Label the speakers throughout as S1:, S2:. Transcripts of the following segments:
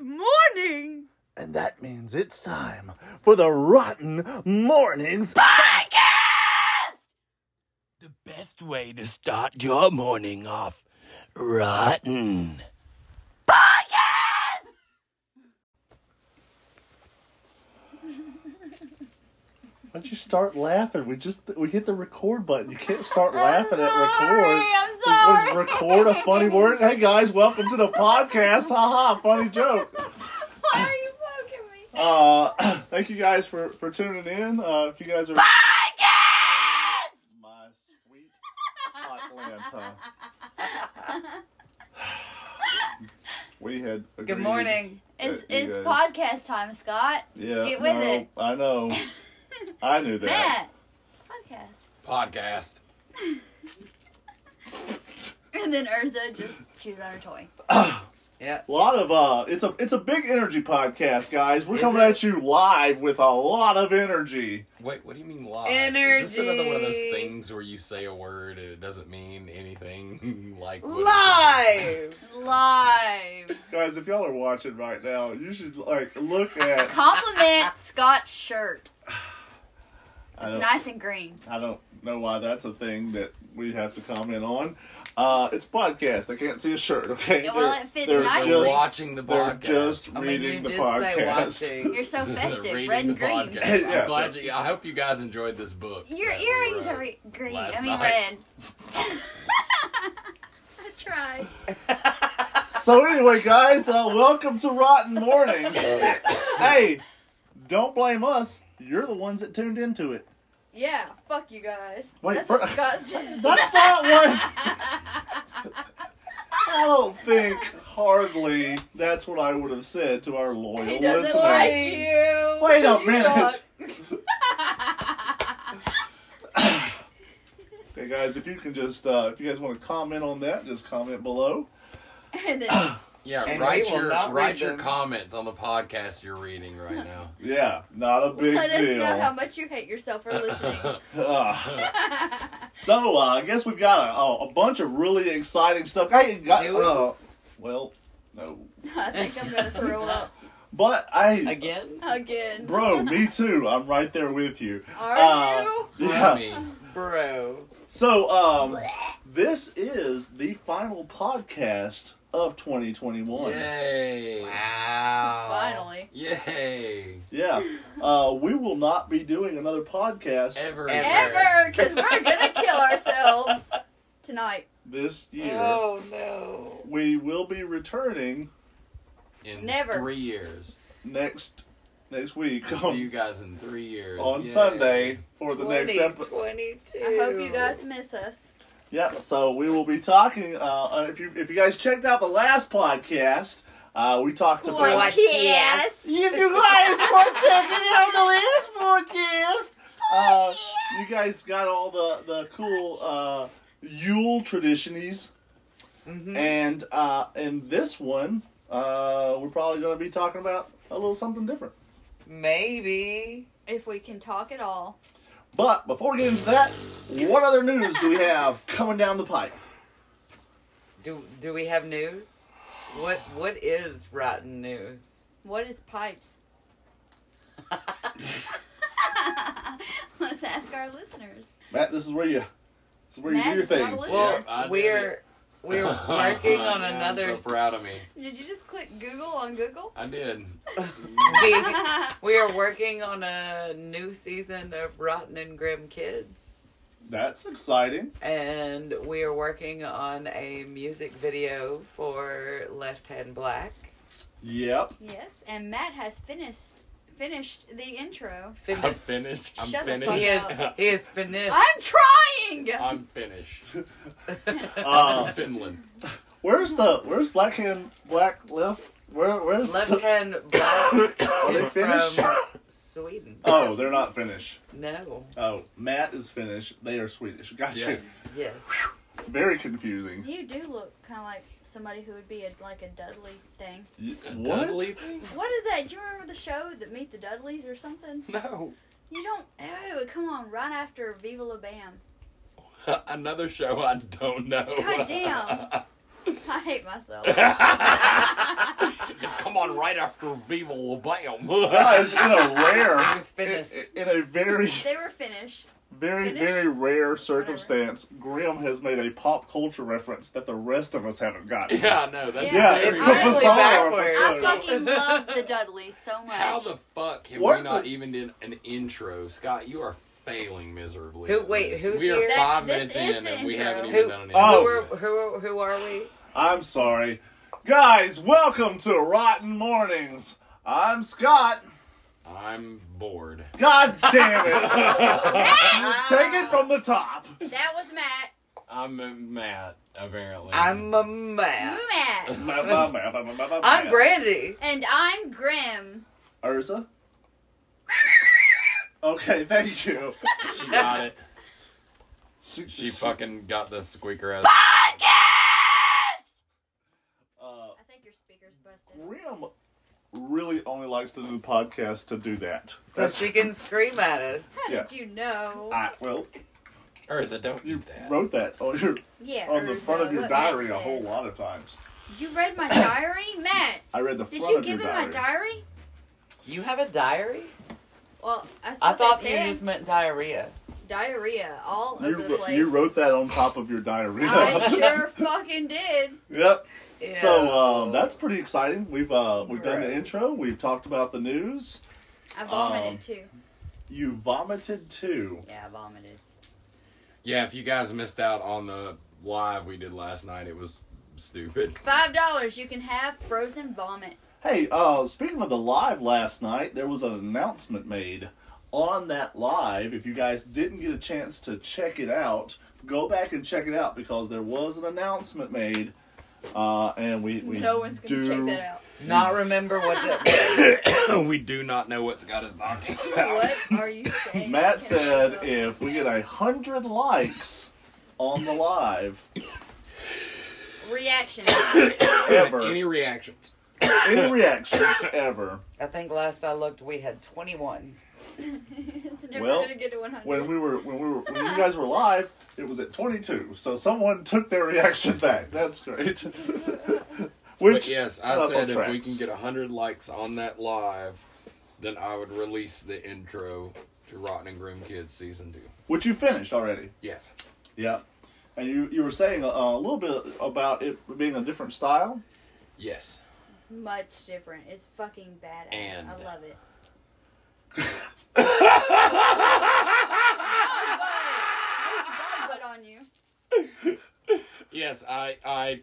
S1: morning.
S2: And that means it's time for the Rotten Mornings.
S1: Podcast!
S2: The best way to start your morning off rotten.
S1: Podcast!
S2: Why'd you start laughing? We just we hit the record button. You can't start
S1: I'm
S2: laughing at record.
S1: sorry, I'm
S2: Was record a funny word? Hey guys, welcome to the podcast. Ha ha, funny joke.
S1: Why are you poking me?
S2: Uh, thank you guys for for tuning in. Uh, if you guys are
S1: Podcast!
S2: my sweet Atlanta, we had agreed.
S1: Good morning.
S3: It's
S2: Yeah, you
S3: it's
S2: guys-
S3: podcast time, Scott.
S2: Yeah,
S3: Get with
S2: no,
S3: it.
S2: I know. I knew that.
S3: Matt, podcast.
S4: podcast.
S3: And then Urza just chews on her toy.
S4: Yeah.
S2: A lot of uh, it's a it's a big energy podcast, guys. We're coming at you live with a lot of energy.
S4: Wait, what do you mean live? Is this
S1: Energy.
S4: another one of those things where you say a word and it doesn't mean anything? like what it-
S1: Live!
S3: Live.
S2: Guys, if y'all are watching right now, you should like look at.
S3: Compliment Scott's shirt.
S2: I
S3: It's
S2: don't,
S3: nice and green.
S2: I don't know why that's a thing that we have to comment on. Uh, it's podcast. I can't see a shirt. Okay.
S3: Yeah, well,
S2: They're-
S3: it fits
S2: they're
S3: nicely.
S4: They're
S2: Just,
S4: watching the
S2: they're
S4: podcast.
S2: just
S5: I mean,
S2: reading the
S5: Oh, you did say
S2: podcast.
S5: watching.
S3: You're so
S4: They're
S3: festive,
S4: reading
S3: red
S4: the
S3: and green.
S4: podcast.
S2: Yeah.
S4: I'm glad you. I hope you guys enjoyed this book.
S3: Your
S4: that we
S3: earrings
S4: wrote.
S3: are re- green. I
S4: last
S3: mean
S4: night.
S3: red. I tried.
S2: So anyway, guys, uh, welcome to Rotten Mornings. hey, don't blame us. You're the ones that tuned into it.
S3: Yeah, fuck you guys.
S2: Wait,
S3: That's
S2: fir-
S3: what Scott said.
S2: That's not what. I don't think hardly that's what I would have said to our loyal
S3: He
S2: listeners.
S3: doesn't like you.
S2: Wait a
S3: You
S2: minute.
S3: suck.
S2: Okay, guys, if you can just, uh, if you guys want to comment on that, just comment below.
S3: And then
S4: Yeah,
S5: And
S4: write
S5: we will
S4: your
S5: not read
S4: write your
S5: them.
S4: comments on the podcast you're reading right now.
S2: Yeah, not a big
S3: let us
S2: deal.
S3: know how much you hate yourself for listening.
S2: Ah. so uh, I guess we've got a, a, a bunch of really exciting stuff. I got,
S5: Do we?
S2: uh, well, no,
S3: I think I'm gonna throw up
S2: but I,
S5: Again?
S3: again.
S2: bro, me too. I'm right there with you.
S3: Are
S2: uh,
S3: you?
S2: Yeah.
S4: Me.
S5: Bro.
S2: So, um, this is the final podcast of 2021.
S4: Yay!
S5: Wow.
S3: Finally.
S4: Yay!
S2: Yeah. Uh, we will not be doing another podcast
S4: Ever.
S5: Ever.
S3: Ever, because we're gonna kill ourselves tonight.
S2: this year.
S5: Oh no.
S2: We will be returning
S4: In
S3: Never.
S4: Three years.
S2: next next week.
S4: See you guys in three years.
S2: on
S4: Yay.
S2: Sunday for the next episode.
S5: 2022.
S3: I hope you guys miss us.
S2: Yeah, so we will be talking. Uh, uh, if you if you guys checked out the last podcast, uh, we talked about.
S5: Podcast.
S3: Yes.
S2: If you guys were checking out the last podcast, uh, you guys got all the the cool uh, Yule traditionies, and uh, in this one, uh, we're probably going to be talking about a little something different.
S5: Maybe.
S3: If we can talk at all.
S2: But before we get into that, what other news do we have coming down the pipe?
S5: Do do we have news? What what is rotten news?
S3: What is pipes? Let's ask our listeners.
S2: Matt, this is where you, this is where you do your
S3: Matt's not
S2: thing.
S3: a listener.
S5: Well,
S4: Yeah, I did
S5: we're we're working on
S4: Yeah,
S5: another
S4: Oh I'm so proud of me.
S3: Did you just click Google on Google?
S4: I did.
S5: we, we are working on a new season of Rotten and Grim Kids.
S2: That's exciting.
S5: And we are working on a music video for Left Hand Black.
S2: Yep.
S3: Yes, and Matt has finished finished the intro.
S4: I'm
S5: Finished.
S4: finished. I'm
S3: Shut the
S4: finished.
S3: fuck
S5: He is
S3: up.
S5: he is finished.
S3: I'm trying.
S4: I'm finished. I'm
S2: Uh,
S4: from Finland.
S2: where's the where's black hand black left? Where where's
S5: Left
S2: the,
S5: Hand Black
S2: are they
S5: is
S2: Finnish?
S5: from Sweden.
S2: Oh, they're not Finnish.
S5: No.
S2: Oh, Matt is Finnish. They are Swedish. Gotcha.
S4: Yes.
S5: Yes.
S2: Very confusing.
S3: You do look kind of like somebody who would be a, like a Dudley thing.
S2: Y-
S4: A
S2: What?
S4: Dudley thing?
S3: What is that? Do you remember the show that Meet the Dudleys or something?
S4: No.
S3: You don't. Oh, it come on right after Viva La Bam.
S4: Another show I don't know.
S3: God damn. I hate myself.
S4: Come on right after Viva La Bam.
S2: Guys, in a
S5: It
S2: rare,
S5: was finished.
S2: in, in a very,
S3: They were finished.
S2: very,
S3: Finish?
S2: very rare circumstance, Graham has made a pop culture reference that the rest of us haven't gotten.
S4: yeah, no, that's
S2: Yeah,
S4: hilarious.
S2: it's the
S3: Honestly,
S2: bizarre
S5: backwards.
S3: I
S2: episode.
S5: Sorry.
S3: fucking love the Dudleys so much.
S4: How the fuck have
S2: What
S4: we not
S2: the-
S4: even did an intro, Scott? You are failing miserably.
S5: Who-
S4: at
S5: wait,
S4: this.
S5: who's
S4: we are
S5: here? That-
S4: five
S3: this
S4: minutes
S3: is
S4: in
S3: the
S4: and we
S3: intro.
S4: haven't even
S5: Who-
S4: done an intro.
S2: Oh.
S5: who, are,
S4: yet.
S5: who, are, who are we?
S2: I'm sorry. Guys, welcome to Rotten Mornings. I'm Scott.
S4: I'm bored.
S2: God damn it. Just take it from the top.
S3: That was Matt.
S4: I'm uh, Matt, apparently.
S5: I'm a
S3: You
S5: man.
S3: Matt.
S2: Ma- ma- ma- ma- ma- ma- ma-
S5: I'm
S2: ma-
S5: Brandy.
S3: And I'm Grim.
S2: Urza? Okay, thank you.
S4: She got it.
S2: She,
S4: She fucking got the squeaker out.
S2: Uh,
S3: I think your speaker's busted.
S2: Grim really only likes to do podcasts to do that.
S5: So she can scream at us.
S3: How
S2: Yeah.
S3: did you know?
S2: I, well,
S4: Or is it don't
S2: you
S4: do that?
S2: wrote that on, your,
S3: yeah.
S2: on the
S3: Urza,
S2: front of your
S3: what
S2: diary a
S3: Matt
S2: whole
S3: said.
S2: lot of times.
S3: You read my diary, Matt?
S2: I read the
S3: Did
S2: front
S3: you
S2: of your
S3: give him
S2: diary.
S3: my diary?
S5: You have a diary?
S3: Well, that's
S5: I
S3: what they
S5: thought you
S3: said.
S5: just meant diarrhea.
S3: diarrhea all over
S2: You,
S3: the
S2: wr-
S3: place.
S2: you wrote that on top of your diary.
S3: I sure fucking did.
S2: yep.
S5: Yeah.
S2: So um, that's pretty exciting. We've uh, we've done the
S5: Gross.
S2: intro. We've talked about the news.
S3: I vomited
S2: Um,
S3: too.
S2: You vomited too.
S3: Yeah, I vomited.
S4: Yeah, if you guys missed out on the live we did last night, it was stupid.
S3: Five dollars, you can have frozen vomit.
S2: Hey, uh, speaking of the live last night, there was an announcement made on that live. If you guys didn't get a chance to check it out, go back and check it out because there was an announcement made, uh, and we, we
S3: no one's gonna
S2: do
S3: check that out.
S5: Not remember what the.
S4: we do not know what Scott is talking about.
S3: What are you saying? Can I
S2: Matt said
S3: go?
S2: if we get a hundred likes on the live
S3: reaction.
S2: ever,
S4: Any reactions?
S2: any reactions ever.
S5: I think last I looked, we had 21.
S3: it's never
S2: Well,
S3: gonna get to one hundred.
S2: when we were when we were when you guys were live, it was at 22. So someone took their reaction back. That's great.
S4: But
S2: Which
S4: yes, I
S2: That's on
S4: said if we
S2: tracks.
S4: can get 100 likes on that live, then I would release the intro to Rotten and Grim Kids Season 2.
S2: which you finished already.
S4: Yes.
S2: Yeah. And you you were saying a, a little bit about it being a different style.
S4: Yes.
S3: Much different. It's fucking badass.
S4: And-
S3: I love it. Dog butt on you.
S4: Yes, I I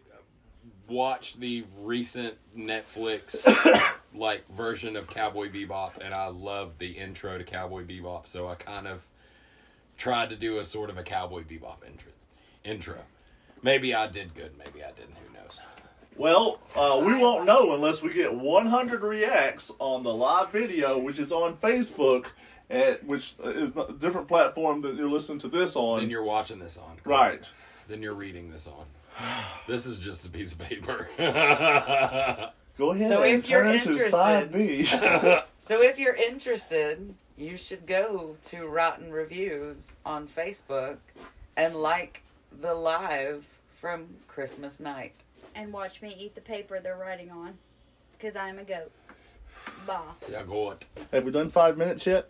S4: watched the recent Netflix like version of Cowboy Bebop and I loved the intro to Cowboy Bebop, so I kind of tried to do a sort of a Cowboy Bebop intro. Intro. Maybe I did good, maybe I didn't, who knows.
S2: Well, uh, we won't know unless we get 100 reacts on the live video, which is on Facebook, at, which is a different platform that you're listening to this on.
S4: Then you're watching this on. correct?
S2: Um, right.
S4: Then you're reading this on. This is just a piece of paper.
S2: Go ahead
S5: So
S2: and
S5: if you're
S2: turn to side B.
S5: So if you're interested, you should go to Rotten Reviews on Facebook and like the live from Christmas night.
S3: And watch me eat the paper they're writing on. Because I'm a goat. Bah.
S4: yeah, go it.
S2: Have we done five minutes yet?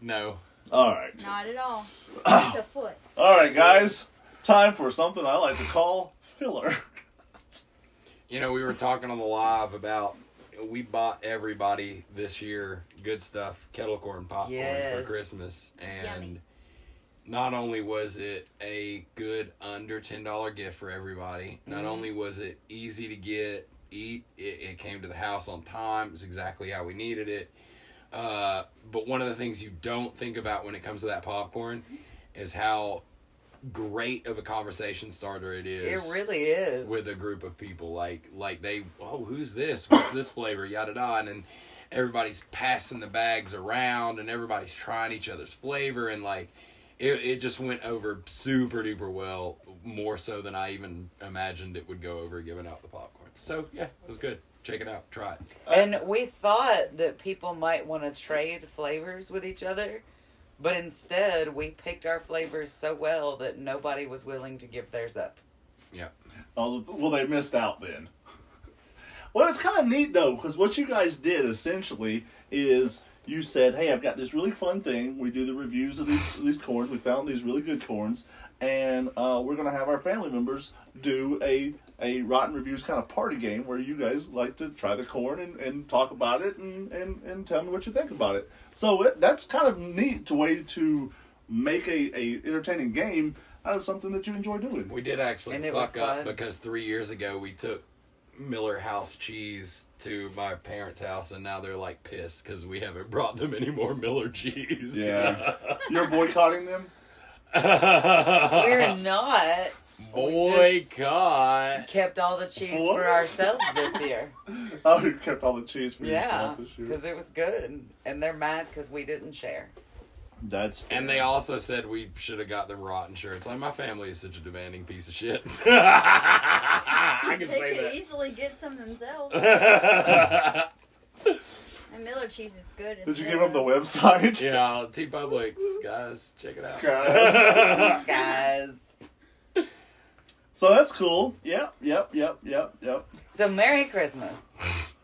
S4: No.
S2: All right.
S3: Not at all. It's a foot.
S2: All right, guys. Time for something I like to call filler.
S4: You know, we were talking on the live about we bought everybody this year good stuff, kettle corn popcorn for
S5: Yes.
S4: Christmas. And
S3: Yummy.
S4: not only was it a good under ten dollar gift for everybody, not only was it easy to get, eat, it, it came to the house on time, it was exactly how we needed it. Uh, but one of the things you don't think about when it comes to that popcorn is how great of a conversation starter it is
S5: It really is.
S4: with a group of people like like they oh who's this what's this flavor yada yada and then everybody's passing the bags around and everybody's trying each other's flavor and like it, it just went over super duper well more so than i even imagined it would go over giving out the popcorn so yeah it was good check it out try it
S5: and we thought that people might want to trade flavors with each other, but instead we picked our flavors so well that nobody was willing to give theirs up.
S4: yeah
S2: Oh, well, they missed out then. Well, it's kind of neat though, because what you guys did essentially is you said, "Hey, I've got this really fun thing. We do the reviews of these these corns. We found these really good corns, and uh, we're gonna have our family members do a a rotten reviews kind of party game where you guys like to try the corn and, and talk about it and, and and tell me what you think about it. So it, that's kind of neat to way to make a, a entertaining game out of something that you enjoy doing.
S4: We did actually
S5: And it was
S4: fuck up
S5: fun.
S4: because three years ago we took Miller House cheese to my parents' house, and now they're like pissed because we haven't brought them any more Miller cheese.
S2: Yeah, you're boycotting them.
S5: We're not just-
S4: boycott.
S5: kept all the cheese
S2: What?
S5: for ourselves this year.
S2: Oh, you kept all the cheese for
S5: yeah,
S2: yourself this year.
S5: because it was good, and they're mad because we didn't share.
S2: That's
S4: And they also said we should have got them rotten shirts. Like my family is such a demanding piece of shit. I can
S3: they
S4: say
S3: could
S4: that.
S3: easily get some themselves. and Miller cheese is good. as
S2: Did you
S3: hell,
S2: give them the
S3: though.
S2: website?
S4: yeah, T Publix, guys, check it out.
S2: Guys.
S5: Guys,
S2: so that's cool. Yep, yep, yep, yep, yep.
S5: so Merry Christmas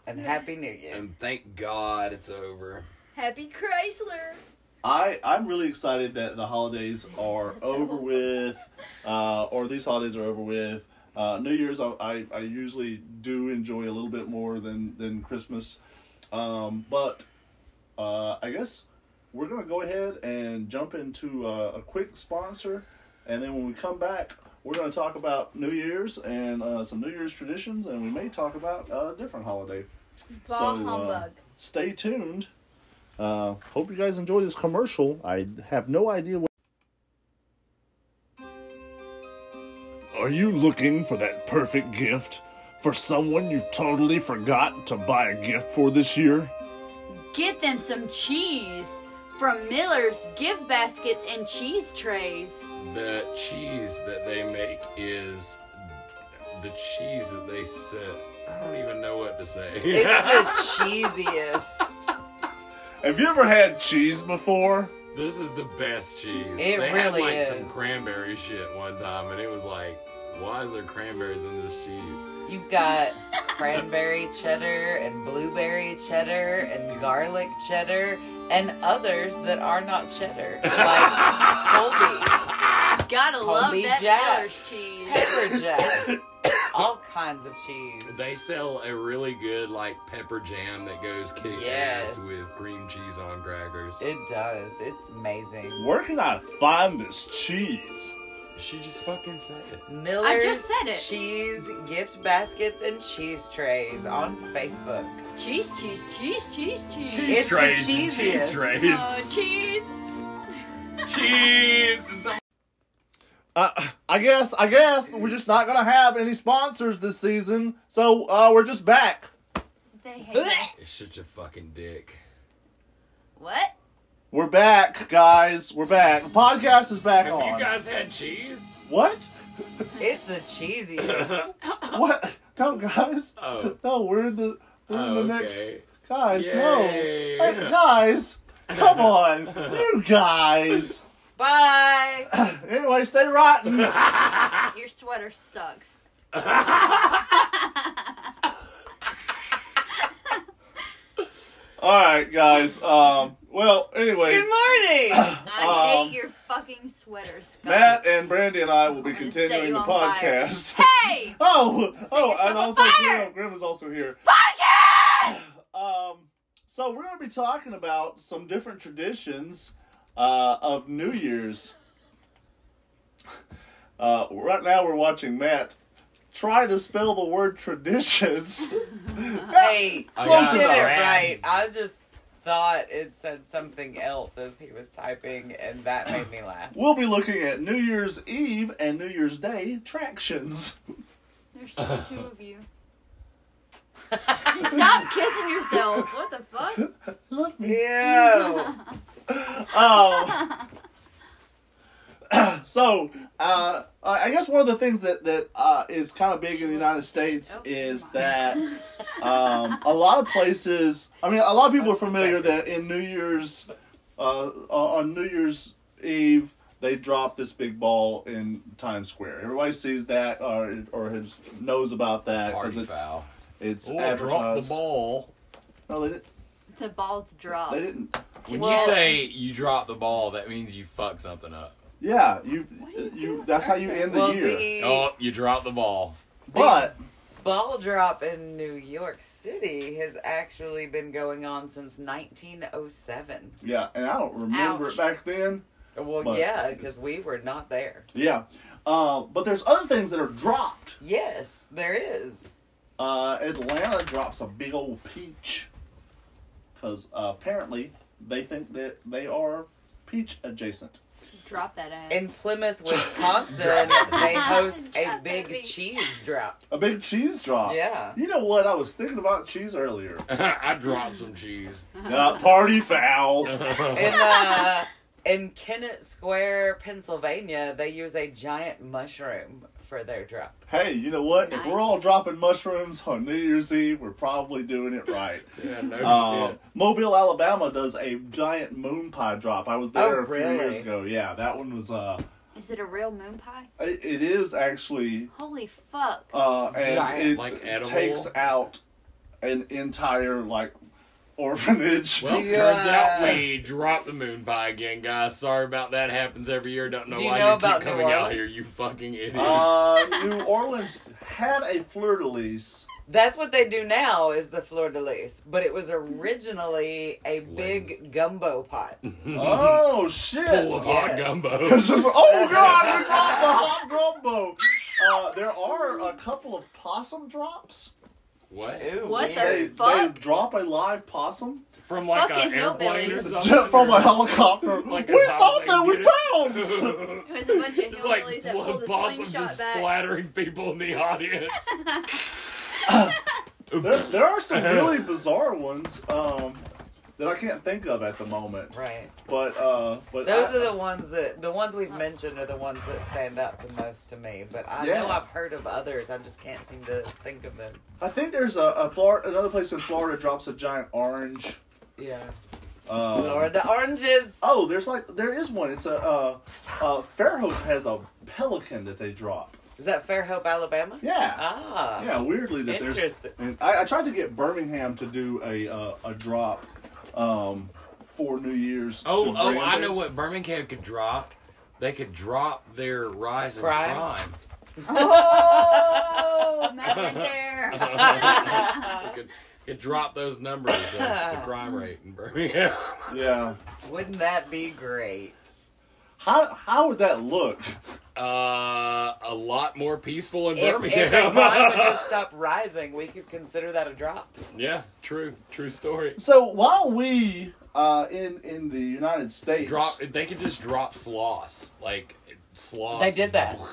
S5: and Happy New Year.
S4: and thank God it's over.
S3: Happy Chrysler.
S2: I I'm really excited that the holidays are over with, uh, or these holidays are over with. Uh, New Year's I, I I usually do enjoy a little bit more than than Christmas, um, but uh, I guess we're gonna go ahead and jump into uh, a quick sponsor, and then when we come back, we're gonna talk about New Year's and uh, some New Year's traditions, and we may talk about a different holiday.
S3: Bah
S2: So, uh,
S3: humbug.
S2: Stay tuned. Uh, hope you guys enjoy this commercial. I have no idea what. Are you looking for that perfect gift for someone you totally forgot to buy a gift for this year?
S3: Get them some cheese from Miller's gift baskets and cheese trays.
S4: The cheese that they make is the cheese that they set. I don't even know what to say.
S5: It's the cheesiest.
S2: Have you ever had cheese before?
S4: This is the best cheese.
S5: It
S4: they had
S5: really
S4: like some
S5: is.
S4: cranberry shit one time, and it was like, why is there cranberries in this cheese?
S5: You've got cranberry cheddar and blueberry cheddar and garlic cheddar and others that are not cheddar, like Colby.
S3: Gotta love
S5: Colby
S3: that
S5: Jack.
S3: Miller's cheese.
S5: pepper jack, all kinds of cheese.
S4: They sell a really good like pepper jam that goes kick
S5: Yes.
S4: ass with cream cheese on crackers.
S5: It does. It's amazing.
S2: Where can I find this cheese?
S4: She just fucking said it.
S5: Miller's
S3: said it.
S5: Cheese gift baskets and cheese trays on Facebook.
S3: Cheese, cheese, cheese, cheese, cheese.
S5: Cheese. It's the trays and cheese cheesiest. trays.
S3: Oh, cheese.
S4: cheese.
S2: Uh, I guess, I guess we're just not gonna have any sponsors this season, so uh, we're just back.
S3: They hate us.
S4: Shut your fucking dick.
S3: What?
S2: We're back, guys. We're back. The podcast is back
S4: Have
S2: on.
S4: you guys had cheese?
S2: what?
S5: It's the cheesiest.
S2: What? No, guys.
S4: Oh.
S2: No, we're in the we're in
S4: Oh,
S2: the
S4: okay.
S2: next. Guys,
S4: Yay.
S2: no. Hey, guys, come on, you guys.
S5: Bye.
S2: anyway, stay rotten.
S3: Your sweater sucks.
S2: All right, guys. Um. Well, anyway,
S5: Good morning.
S3: I
S2: Um,
S3: hate your fucking sweater, Scott.
S2: Matt and Brandy and I will be
S3: I'm gonna set
S2: continuing
S3: you
S2: the
S3: on fire.
S2: podcast.
S3: Hey!
S2: Oh, oh,
S3: yourself
S2: and
S3: on
S2: also
S3: fire!
S2: Grim, Grim is also here.
S3: Podcast!
S2: Um, so we're gonna be talking about some different traditions uh, of New Year's. Uh, right now, we're watching Matt try to spell the word traditions.
S5: hey,
S4: I
S2: Close
S5: I
S4: got
S5: did it
S2: enough.
S5: right. I just thought it said something else as he was typing, and that made me laugh.
S2: We'll be looking at New Year's Eve and New Year's Day attractions.
S3: There's still two of you. Stop kissing yourself. What the fuck?
S2: Love me.
S5: Ew.
S2: Oh. so, uh, I guess one of the things that that uh, is kind of big in the United States
S3: Oh,
S2: is
S3: my.
S2: that um, a lot of places. I mean, a lot of people are familiar that in New Year's, uh, on New Year's Eve, they drop this big ball in Times Square. Everybody sees that or or has, knows about that
S4: Party
S2: it's
S4: foul.
S2: It's
S6: Or drop the
S2: advertised.
S6: ball.
S2: No, they, didn't-
S3: The ball's dropped.
S2: they didn't.
S4: When
S3: Well-
S4: you say you drop the ball, that means you fuck something up.
S2: Yeah, you
S3: are you
S2: you.
S3: doing?
S2: that's how you end the
S5: well,
S2: year.
S5: the
S4: Oh, you drop the ball.
S2: but
S5: ball drop in New York City has actually been going on since 1907.
S2: yeah, and I don't remember
S3: Ouch.
S2: it back then.
S5: Well,
S2: But-
S5: yeah, because we were not there.
S2: Yeah, uh, but there's other things that are dropped.
S5: Yes, there is.
S2: Uh, Atlanta drops a big old peach because uh, apparently they think that they are peach adjacent.
S3: Drop that ass.
S5: In Plymouth, Wisconsin, they host a big cheese drop.
S2: A big cheese drop.
S5: Yeah.
S2: You know what? I was thinking about cheese earlier.
S4: I dropped some cheese.
S2: Uh, party foul.
S5: In uh, in Kennett Square, Pennsylvania, they use a giant mushroom for their drop.
S2: Hey, you know what? If we're
S3: Nice.
S2: all dropping mushrooms on New Year's Eve, we're probably doing it right.
S4: yeah, no
S2: Uh,
S4: shit.
S2: Mobile, Alabama does a giant moon pie drop. I was there
S5: Oh,
S2: a few years
S5: really?
S2: ago. Yeah, that one was. uh
S3: Is it a real moon pie?
S2: It, it is actually,
S3: Holy fuck.
S2: uh and
S4: Giant,
S2: it
S4: like, edible?
S2: takes out an entire like orphanage.
S4: Well,
S5: Do you,
S4: turns out
S5: uh,
S4: we dropped the moon pie again, guys. Sorry about that. Happens every year. Don't know
S5: Do you
S4: why
S5: know
S4: you
S5: about
S4: keep
S5: New
S4: coming out
S5: Orleans?
S4: here, you fucking idiots.
S2: uh, New Orleans had a fleur de lis.
S5: That's what they do now is the fleur de lis, but it was originally a
S4: It's
S5: big gumbo pot.
S2: Oh shit!
S4: Mm-hmm. Full of
S5: yes.
S4: hot gumbo.
S2: It's just, oh god, we dropped the hot gumbo. Uh, there are a couple of possum drops.
S4: What?
S5: Ooh,
S3: What the-
S5: weird.
S2: They, they
S3: Fuck.
S2: drop a live possum
S4: From like
S3: Fucking
S4: an airplane or
S3: hillbillies.
S4: something?
S2: jet from
S4: or-
S2: a helicopter.
S4: Like a
S2: we
S4: zombie
S2: thought that
S4: did
S2: we
S4: it.
S2: bounced.
S3: It was a bunch of
S4: It's
S3: hillbillies
S4: like
S3: that pulled
S4: blood
S3: the
S4: possum
S3: slingshot
S4: just
S3: back.
S4: splattering people in the audience.
S2: there, there are some really bizarre ones um, that I can't think of at the moment.
S5: Right.
S2: But uh, but
S5: Those
S2: I-
S5: are the ones that the ones we've mentioned are the ones that stand out the most to me. But I know
S2: Yeah.
S5: I've heard of others. I just can't seem to think of them.
S2: I think there's a, a Flor- another place in Florida drops a giant orange.
S5: Yeah.
S2: Uh,
S5: Lord, the oranges.
S2: Oh, there's like there is one. It's a uh, uh, Fairhope has a pelican that they drop.
S5: Is that Fairhope, Alabama?
S2: Yeah.
S5: Ah.
S2: Yeah, weirdly that there's.
S5: Interesting.
S2: and I, I tried to get Birmingham to do a uh, a drop um, for New Year's.
S4: Oh,
S2: to
S4: oh, I
S2: Brandeis.
S4: know what Birmingham could drop. They could drop their rise in
S5: Crime?
S4: crime.
S3: Oh, Matt went there.
S4: Uh-huh. they could, could drop those numbers of the crime rate in Birmingham.
S2: Yeah.
S5: Wouldn't that be great?
S2: How how would that look?
S4: Uh, a lot more peaceful in
S5: If, if the
S4: Birmingham.
S5: crime would just stop rising, we could consider that a drop.
S4: yeah, true, true story.
S2: So while we uh, in in the United States
S4: Drop. They could just drop sloss like sloss.
S5: They did that.
S3: God.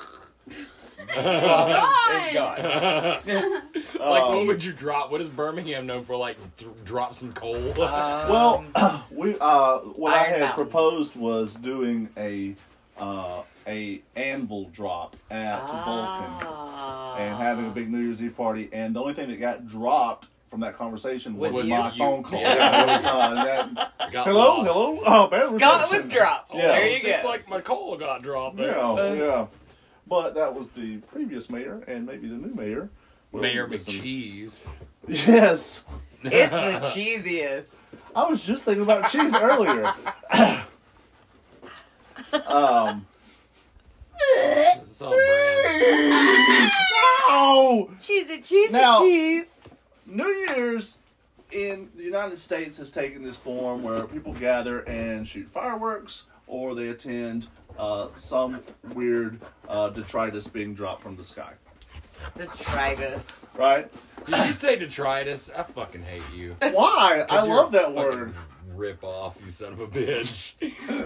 S5: It's gone.
S4: Like,
S2: um,
S4: what would you drop? What is Birmingham known for? Like, th- drop some coal.
S5: Um,
S2: well, we uh, what I
S5: Iron
S2: had
S5: Mountain.
S2: proposed was doing a uh, a anvil drop at Vulcan
S5: Ah.
S2: and having a big New Year's Eve party, and the only thing that got dropped from that conversation was,
S5: Was
S2: my
S4: you.
S2: phone call.
S4: Yeah.
S2: Yeah, it was, uh, that-
S4: Got
S2: hello,
S4: lost.
S2: hello. Oh, bad
S5: Scott was
S2: reception.
S5: dropped.
S2: Yeah.
S5: There
S4: It
S5: you
S4: seems
S5: go.
S4: like my coal got dropped. there.
S2: Yeah,
S5: Uh,
S2: yeah. But that was the previous mayor and maybe the new mayor. Well,
S4: Mayor
S2: we get some-
S4: McCheese.
S2: Yes.
S5: It's the cheesiest.
S2: I was just thinking about cheese earlier. um.
S4: It's all brand.
S2: Oh!
S5: Cheesy, cheesy,
S2: Now-
S5: cheese.
S2: New Year's in the United States has taken this form where people gather and shoot fireworks or they attend uh, some weird uh, detritus being dropped from the sky.
S5: Detritus.
S2: Right?
S4: Did you say detritus? I fucking hate you.
S2: Why? I
S4: 'Cause you're a
S2: love that
S4: fucking
S2: word.
S4: Rip off, you son of a bitch.
S2: I've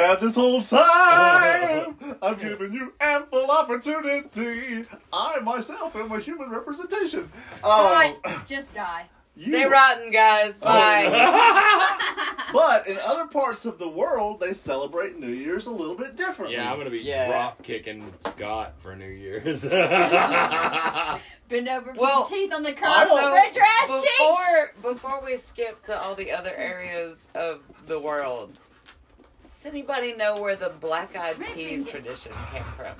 S2: had this whole time. I've given you ample opportunity. I myself am a human representation.
S3: Right,
S2: Oh,
S3: just die.
S2: you-
S5: Stay rotten, guys.
S2: Oh.
S5: Bye.
S2: But in other parts of the world, they celebrate New Year's a little bit differently.
S4: yeah, I'm gonna be
S5: Yeah.
S4: drop kicking Scott for New Year's.
S3: Bend over, put
S5: Well,
S3: your teeth on the
S2: I
S3: cross,
S2: don't-
S3: spread your ass cheeks.
S5: before before we skip to all the other areas of the world, does anybody know where the black eyed peas tradition came from?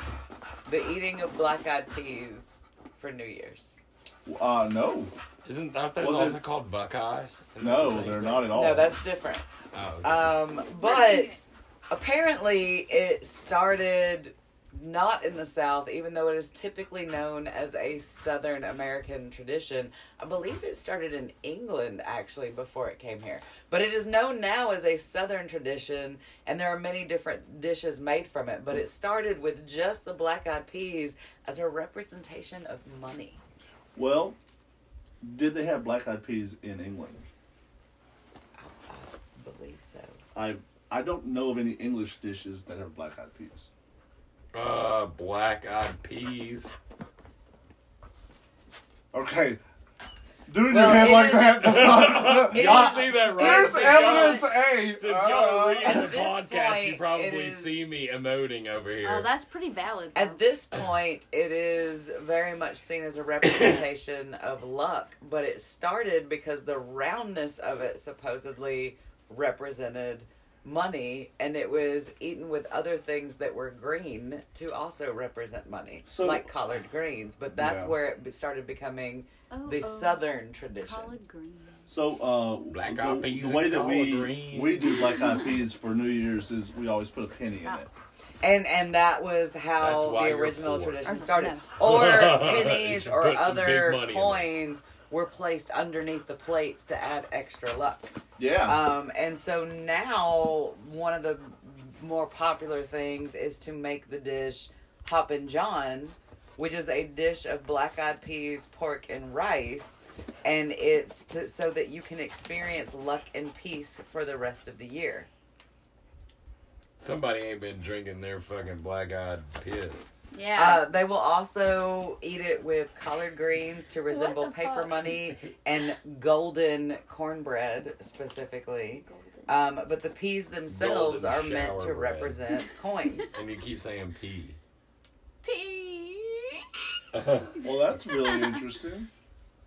S5: The eating of black eyed peas for New Year's.
S2: Uh, no,
S4: Isn't that those
S2: Was it-
S4: also called Buckeyes? Isn't that the
S2: no,
S4: same
S2: they're
S4: thing?
S2: not at all.
S5: No, that's different.
S4: Oh, okay.
S5: Um, but apparently it started not in the South, even though it is typically known as a Southern American tradition. I believe it started in England actually before it came here. But it is known now as a Southern tradition, and there are many different dishes made from it. But it started with just the black eyed peas as a representation of money.
S2: Well, did they have black eyed peas in England?
S5: I believe so.
S2: I I don't know of any English dishes that have black eyed peas.
S4: uh, black eyed peas.
S2: Okay. Doing
S5: Well,
S2: your hand
S5: it
S2: like
S5: is-
S2: that does not.
S5: it
S2: y'all-
S5: is-
S4: see that right?
S2: Here's
S4: Since y'all-
S2: evidence A.
S4: Since
S2: Uh,
S4: y'all are reading the
S5: At this
S4: podcast,
S5: point,
S4: you probably
S5: it is-
S4: see me emoting over here.
S3: Oh, that's pretty valid.
S5: At
S3: though.
S5: this point, it is very much seen as a representation of luck, but it started because the roundness of it supposedly represented money, and it was eaten with other things that were green to also represent money,
S2: So-
S5: like collard greens. But that's
S2: Yeah.
S5: where it be- started becoming
S3: Oh,
S5: the
S3: oh,
S5: southern tradition.
S3: collard greens.
S2: So uh,
S4: Black
S2: the,
S4: eyed peas
S2: the way
S4: and
S2: that we
S4: collard greens.
S2: we do black eyed peas for New Year's is we always put a penny in it.
S5: Ah. And and that was
S4: That's
S5: how
S4: why
S5: the
S4: you're
S5: original
S4: poor.
S5: tradition
S3: Or-
S5: started.
S3: no.
S5: Or
S4: You
S5: pennies
S4: should
S5: or
S4: put some big
S5: other
S4: money in
S5: coins were placed underneath the plates to add extra luck.
S2: Yeah.
S5: Um, and so now one of the more popular things is to make the dish Hop and John, which is a dish of black-eyed peas, pork, and rice, and it's to, so that you can experience luck and peace for the rest of the year.
S4: Somebody ain't been drinking their fucking black eyed piss.
S3: Yeah.
S5: Uh, they will also eat it with collard greens to resemble
S3: the
S5: paper
S3: fuck?
S5: money and golden cornbread specifically. Um, but the peas themselves
S4: Golden
S5: are meant
S4: shower
S5: to
S4: bread.
S5: represent coins.
S4: And you keep saying pee.
S3: Pee.
S2: well, that's really interesting.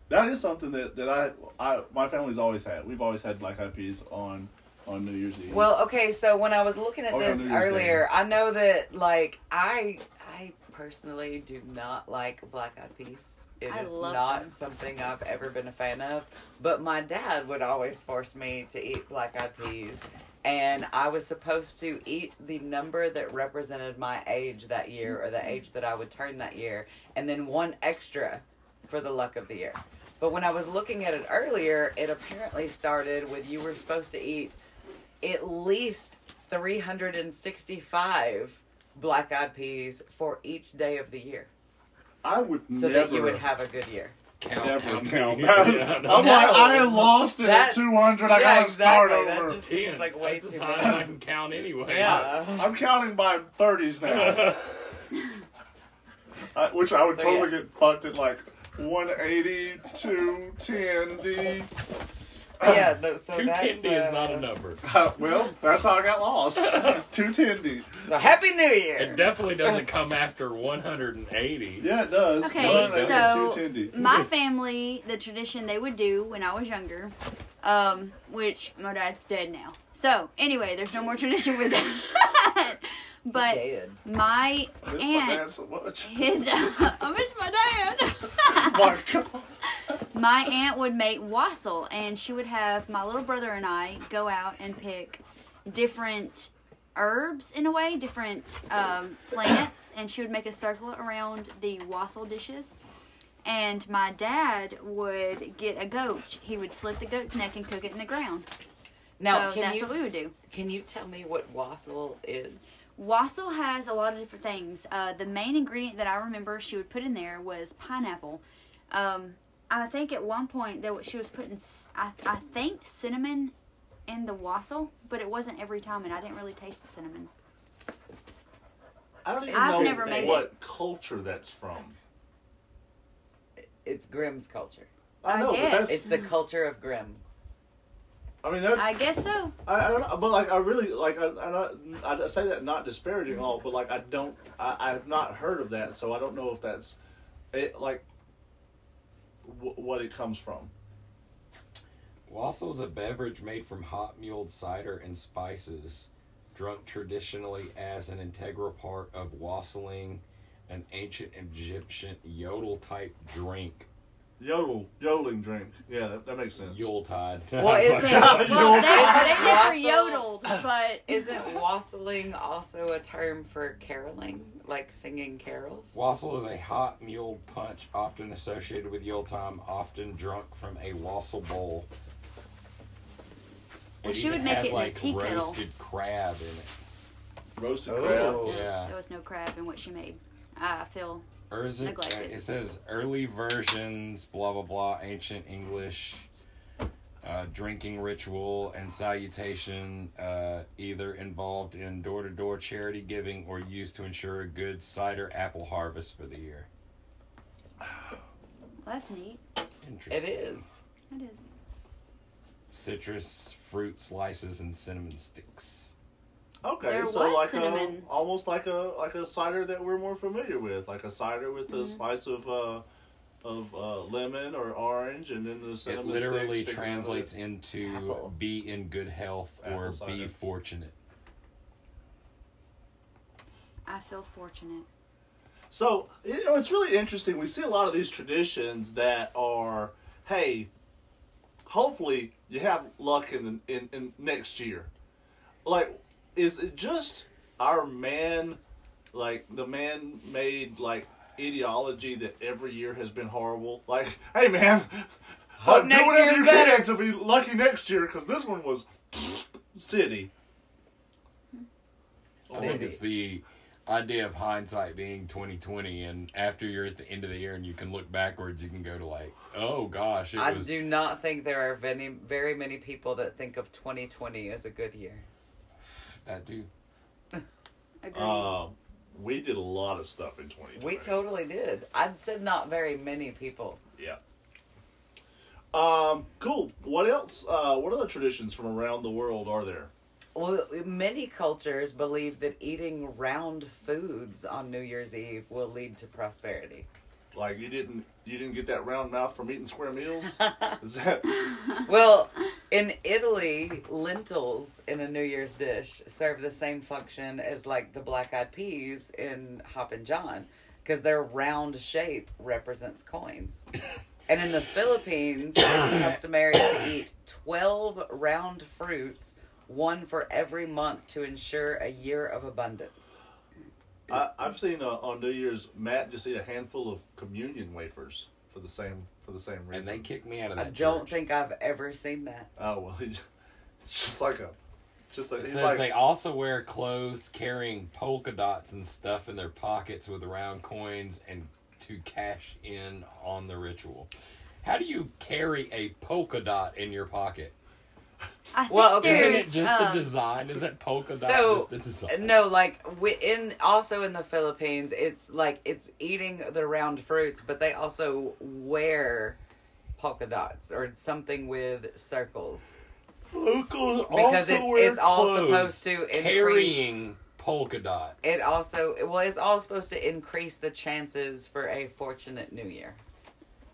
S2: That is something that, that I I my family's always had. We've always had black eyed peas on on New Year's Eve.
S5: Well, okay, so when I was looking at
S2: Oh, yeah,
S5: this
S2: New Year's Day.
S5: earlier, I know that like I I personally do not like black eyed peas. It is
S3: I love
S5: not
S3: them.
S5: something I've ever been a fan of. But my dad would always force me to eat black eyed peas. And I was supposed to eat the number that represented my age that year or
S3: Mm-hmm.
S5: the age that I would turn that year, and then one extra for the luck of the year. But when I was looking at it earlier, it apparently started with you were supposed to eat at least 365 black eyed peas for each day of the year
S2: I would
S5: so
S2: never.
S5: that you would have a good year.
S4: Count how
S2: Never
S4: many-
S2: count that.
S4: Yeah,
S2: I'm
S4: no.
S2: like, I had
S5: No.
S2: lost it
S5: That-
S2: at 200. I gotta start
S5: That
S2: over.
S5: just
S4: Ten.
S5: seems like way
S4: That's as
S5: too
S4: high as I
S5: many.
S4: can count anyway.
S5: Yeah.
S2: I'm counting by 30s now, I, which I would
S5: So,
S2: totally
S5: yeah.
S2: get fucked at like 180, 210, D.
S5: Oh, Yeah, th- so
S4: Two
S5: that's,
S4: tendy is
S5: uh,
S4: not a number.
S2: well, that's how I got lost. 210, D.
S5: So happy New Year!
S4: It definitely doesn't come after 180.
S2: Yeah, it does.
S3: Okay,
S4: Mine is
S3: so
S2: 210, D.
S3: my family, the tradition they would do when I was younger, um, which my dad's dead now. So anyway, there's no more tradition with that. but
S5: Dead.
S3: my
S2: I miss my dad
S3: aunt,
S2: so much.
S3: his, I miss my dad.
S2: My God.
S3: my aunt would make wassail and she would have my little brother and I go out and pick different herbs in a way, different um, plants, and she would make a circle around the wassail dishes. And my dad would get a goat. He would slit the goat's neck and cook it in the ground.
S5: Now,
S3: so
S5: can
S3: that's
S5: you
S3: what we would do.
S5: can you tell me what wassail is?
S3: Wassail has a lot of different things. Uh, the main ingredient that I remember she would put in there was pineapple. Um, I think at one point that she was putting, c- I, I think cinnamon in the wassail, but it wasn't every time, and I didn't really taste the cinnamon.
S2: I don't even
S3: I've
S2: know
S3: never
S5: made
S2: what culture that's from.
S5: It's Grimm's culture.
S2: I
S3: I
S2: know, but
S3: guess.
S2: that's.
S5: It's the culture of Grimm.
S2: I mean, that's.
S3: I guess so.
S2: I, I don't know, but like I really like I, I, I say that not disparaging at all, but like I don't I, I've not heard of that, so I don't know if that's it like w- what it comes from.
S4: Wassail's a beverage made from hot mulled cider and spices, drunk traditionally as an integral part of wassailing, an ancient Egyptian yodel type drink
S2: Yodel, yodeling drink. Yeah, that, that makes sense.
S4: Yuletide.
S5: Well, isn't
S2: God,
S3: Well,
S2: Yodel.
S3: they, they
S5: Wassel.
S3: never yodeled, but
S5: Isn't wassailing also a term for caroling, like singing carols?
S4: Wassail is a hot mule punch often associated with Yule time, often drunk from a wassail bowl.
S3: Well, she would
S4: even
S3: make
S4: has,
S3: it in a
S4: like
S3: tea kettle.
S4: roasted crab in it.
S2: Roasted
S5: Oh.
S2: crab.
S5: Oh.
S4: Yeah.
S3: there was no crab in what she made. I feel
S4: Urza,
S3: Neglected.
S4: it says early versions, blah blah blah, ancient English, uh, drinking ritual and salutation, uh, either involved in door to door charity giving or used to ensure a good cider apple harvest for the year.
S3: well, that's neat.
S5: It
S4: Interesting.
S5: is.
S3: That is.
S4: Citrus, fruit slices, and cinnamon sticks.
S2: Okay,
S3: There
S2: so
S3: was
S2: like
S3: cinnamon.
S2: a almost like a like a cider that we're more familiar with, like a cider with a
S3: Mm-hmm.
S2: slice of uh, of uh, lemon or orange, and then the
S4: It
S2: cinnamon.
S4: literally
S2: stick sticking out of
S4: translates
S2: it.
S4: into
S3: Apple.
S4: be in good health or
S2: Apple cider.
S4: be fortunate.
S3: I feel fortunate.
S2: So you know, it's really interesting. We see a lot of these traditions that are, hey, hopefully you have luck in the, in, in next year. Like, is it just our man, like the man-made like ideology that every year has been horrible? Like, hey man, uh,
S5: Hope
S2: do
S5: next
S2: whatever
S5: year's
S2: you
S5: better.
S2: can to be lucky next year because this one was city.
S4: I think it's the idea of hindsight being 2020 and after you're at the end of the year and you can look backwards you can go to like oh gosh it
S5: I
S4: was
S5: do not think there are many, very many people that think of 2020 as a good year.
S4: that too
S3: Agreed.
S2: Um, we did a lot of stuff in twenty twenty.
S5: Mm-hmm. We totally did. I said not very many people.
S2: Yeah. Um, cool. What else? Uh, what other traditions from around the world are there?
S5: Well, many cultures believe that eating round foods on New Year's Eve will lead to prosperity.
S2: Like you didn't you didn't get that round mouth from eating square meals? Is that
S5: Well, in Italy, lentils in a New Year's dish serve the same function as like the black eyed peas in Hop and John because their round shape represents coins. And in the Philippines, it's customary to eat 12 round fruits, one for every month to ensure a year of abundance.
S2: I, I've seen uh, on New Year's Matt just eat a handful of communion wafers for the same for the same
S4: and
S2: reason.
S4: they kicked me out of
S5: I
S4: that
S5: don't
S4: church.
S5: think I've ever seen that.
S2: oh well, he, just- it's just like a just like
S4: it
S2: he's
S4: says
S2: like
S4: they also wear clothes carrying polka dots and stuff in their pockets with round coins and to cash in on the ritual how do you carry a polka dot in your pocket
S3: I think
S5: well, okay.
S3: there's,
S4: isn't it just
S3: um,
S4: the design isn't polka dot
S5: So,
S4: just the design
S5: No, like wi- in also in the Philippines, it's like it's eating the round fruits, but they also wear polka dots or something with circles.
S2: locals
S5: because
S2: also
S5: it's-
S2: wear
S5: it's all
S2: clothes.
S5: supposed to increase-
S4: carrying polka dots
S5: It also well, it's all supposed to increase the chances for a fortunate new year.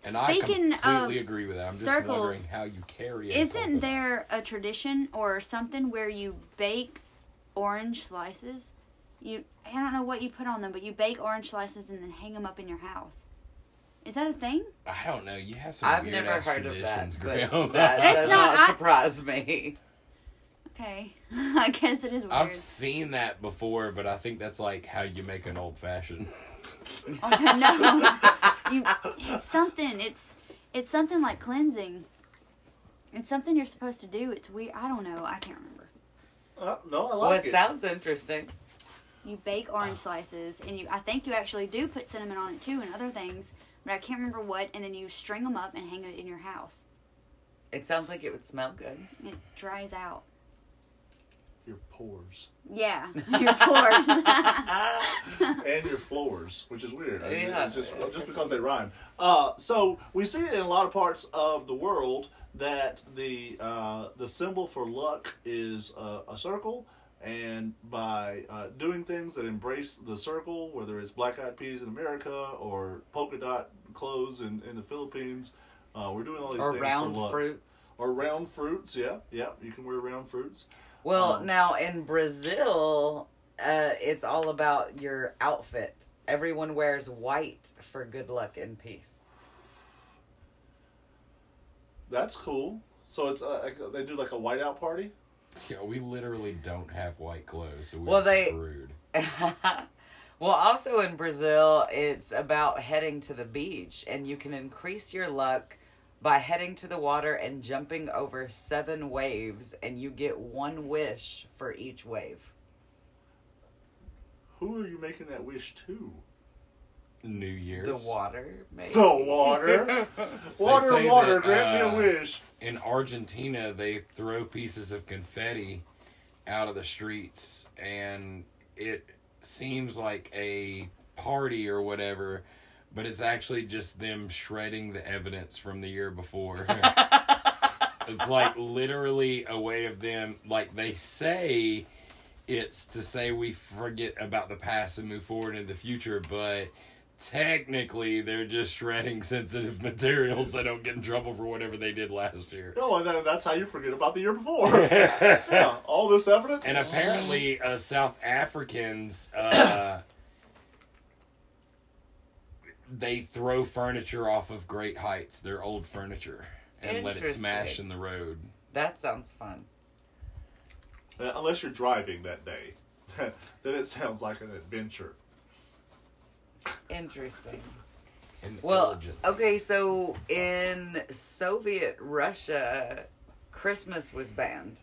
S4: And
S3: Speaking
S4: I completely
S3: of
S4: agree with that. I'm just
S3: circles,
S4: wondering how you carry it.
S3: Isn't there a tradition or something where you bake orange slices? You I don't know what you put on them, but you bake orange slices and then hang them up in your house. Is that a thing?
S4: I don't know. You have some
S5: I've
S4: weird
S5: never
S4: ass
S5: heard of
S4: traditions,
S5: that, but
S4: Graham.
S5: that does
S3: That's
S5: not,
S3: not- I-
S5: surprise me.
S3: Okay, I guess it is weird.
S4: I've seen that before, but I think that's like how you make an old fashioned.
S3: Okay, Oh, no, you, it's something. It's it's something like cleansing. It's something you're supposed to do. It's weird. I don't know. I can't remember.
S2: Uh, no, I like
S5: Well, it
S2: it.
S5: sounds interesting.
S3: You bake orange slices, and you I think you actually do put cinnamon on it too, and other things, but I can't remember what. And then you string them up and hang it in your house.
S5: It sounds like it would smell good.
S3: It dries out.
S2: your pores
S3: Yeah, you're poor.
S2: and your floors, which is weird. I mean,
S5: Yeah.
S2: it's just just because they rhyme. Uh, so we see it in a lot of parts of the world that the uh, the symbol for luck is uh, a circle, and by uh, doing things that embrace the circle, whether it's black eyed peas in America or polka dot clothes in, in the Philippines, uh, we're doing all these
S5: Or
S2: things
S5: round
S2: for luck.
S5: fruits.
S2: Or round fruits, yeah, yeah. You can wear round fruits.
S5: Well,
S2: Um,
S5: now in Brazil, uh, it's all about your outfit. Everyone wears white for good luck and peace.
S2: That's cool. So it's uh, like, they do like a whiteout party.
S4: Yeah, we literally don't have white clothes, so we're
S5: Well, they-
S4: screwed.
S5: well, also in Brazil, it's about heading to the beach, and you can increase your luck by heading to the water and jumping over seven waves, and you get one wish for each wave.
S2: Who are you making that wish to?
S4: New Year's.
S5: The water, maybe.
S2: The water, water,
S4: say
S2: water.
S4: that,
S2: grant me
S4: uh,
S2: a wish.
S4: in Argentina, they throw pieces of confetti out of the streets, and it seems like a party or whatever, but it's actually just them shredding the evidence from the year before. it's like literally a way of them, like they say it's to say we forget about the past and move forward in the future, but technically they're just shredding sensitive materials so don't get in trouble for whatever they did last year.
S2: Oh, and then that's how you forget about the year before. yeah, all this evidence.
S4: And apparently, uh, South Africans uh, they throw furniture off of great heights, their old furniture, and let it smash
S5: Interesting.
S4: in the road.
S5: That sounds fun.
S2: Uh, unless you're driving that day, then it sounds like an adventure.
S5: Interesting.
S4: In
S5: Well,
S4: Origin.
S3: oh.
S5: okay, so in Soviet Russia, Christmas was banned.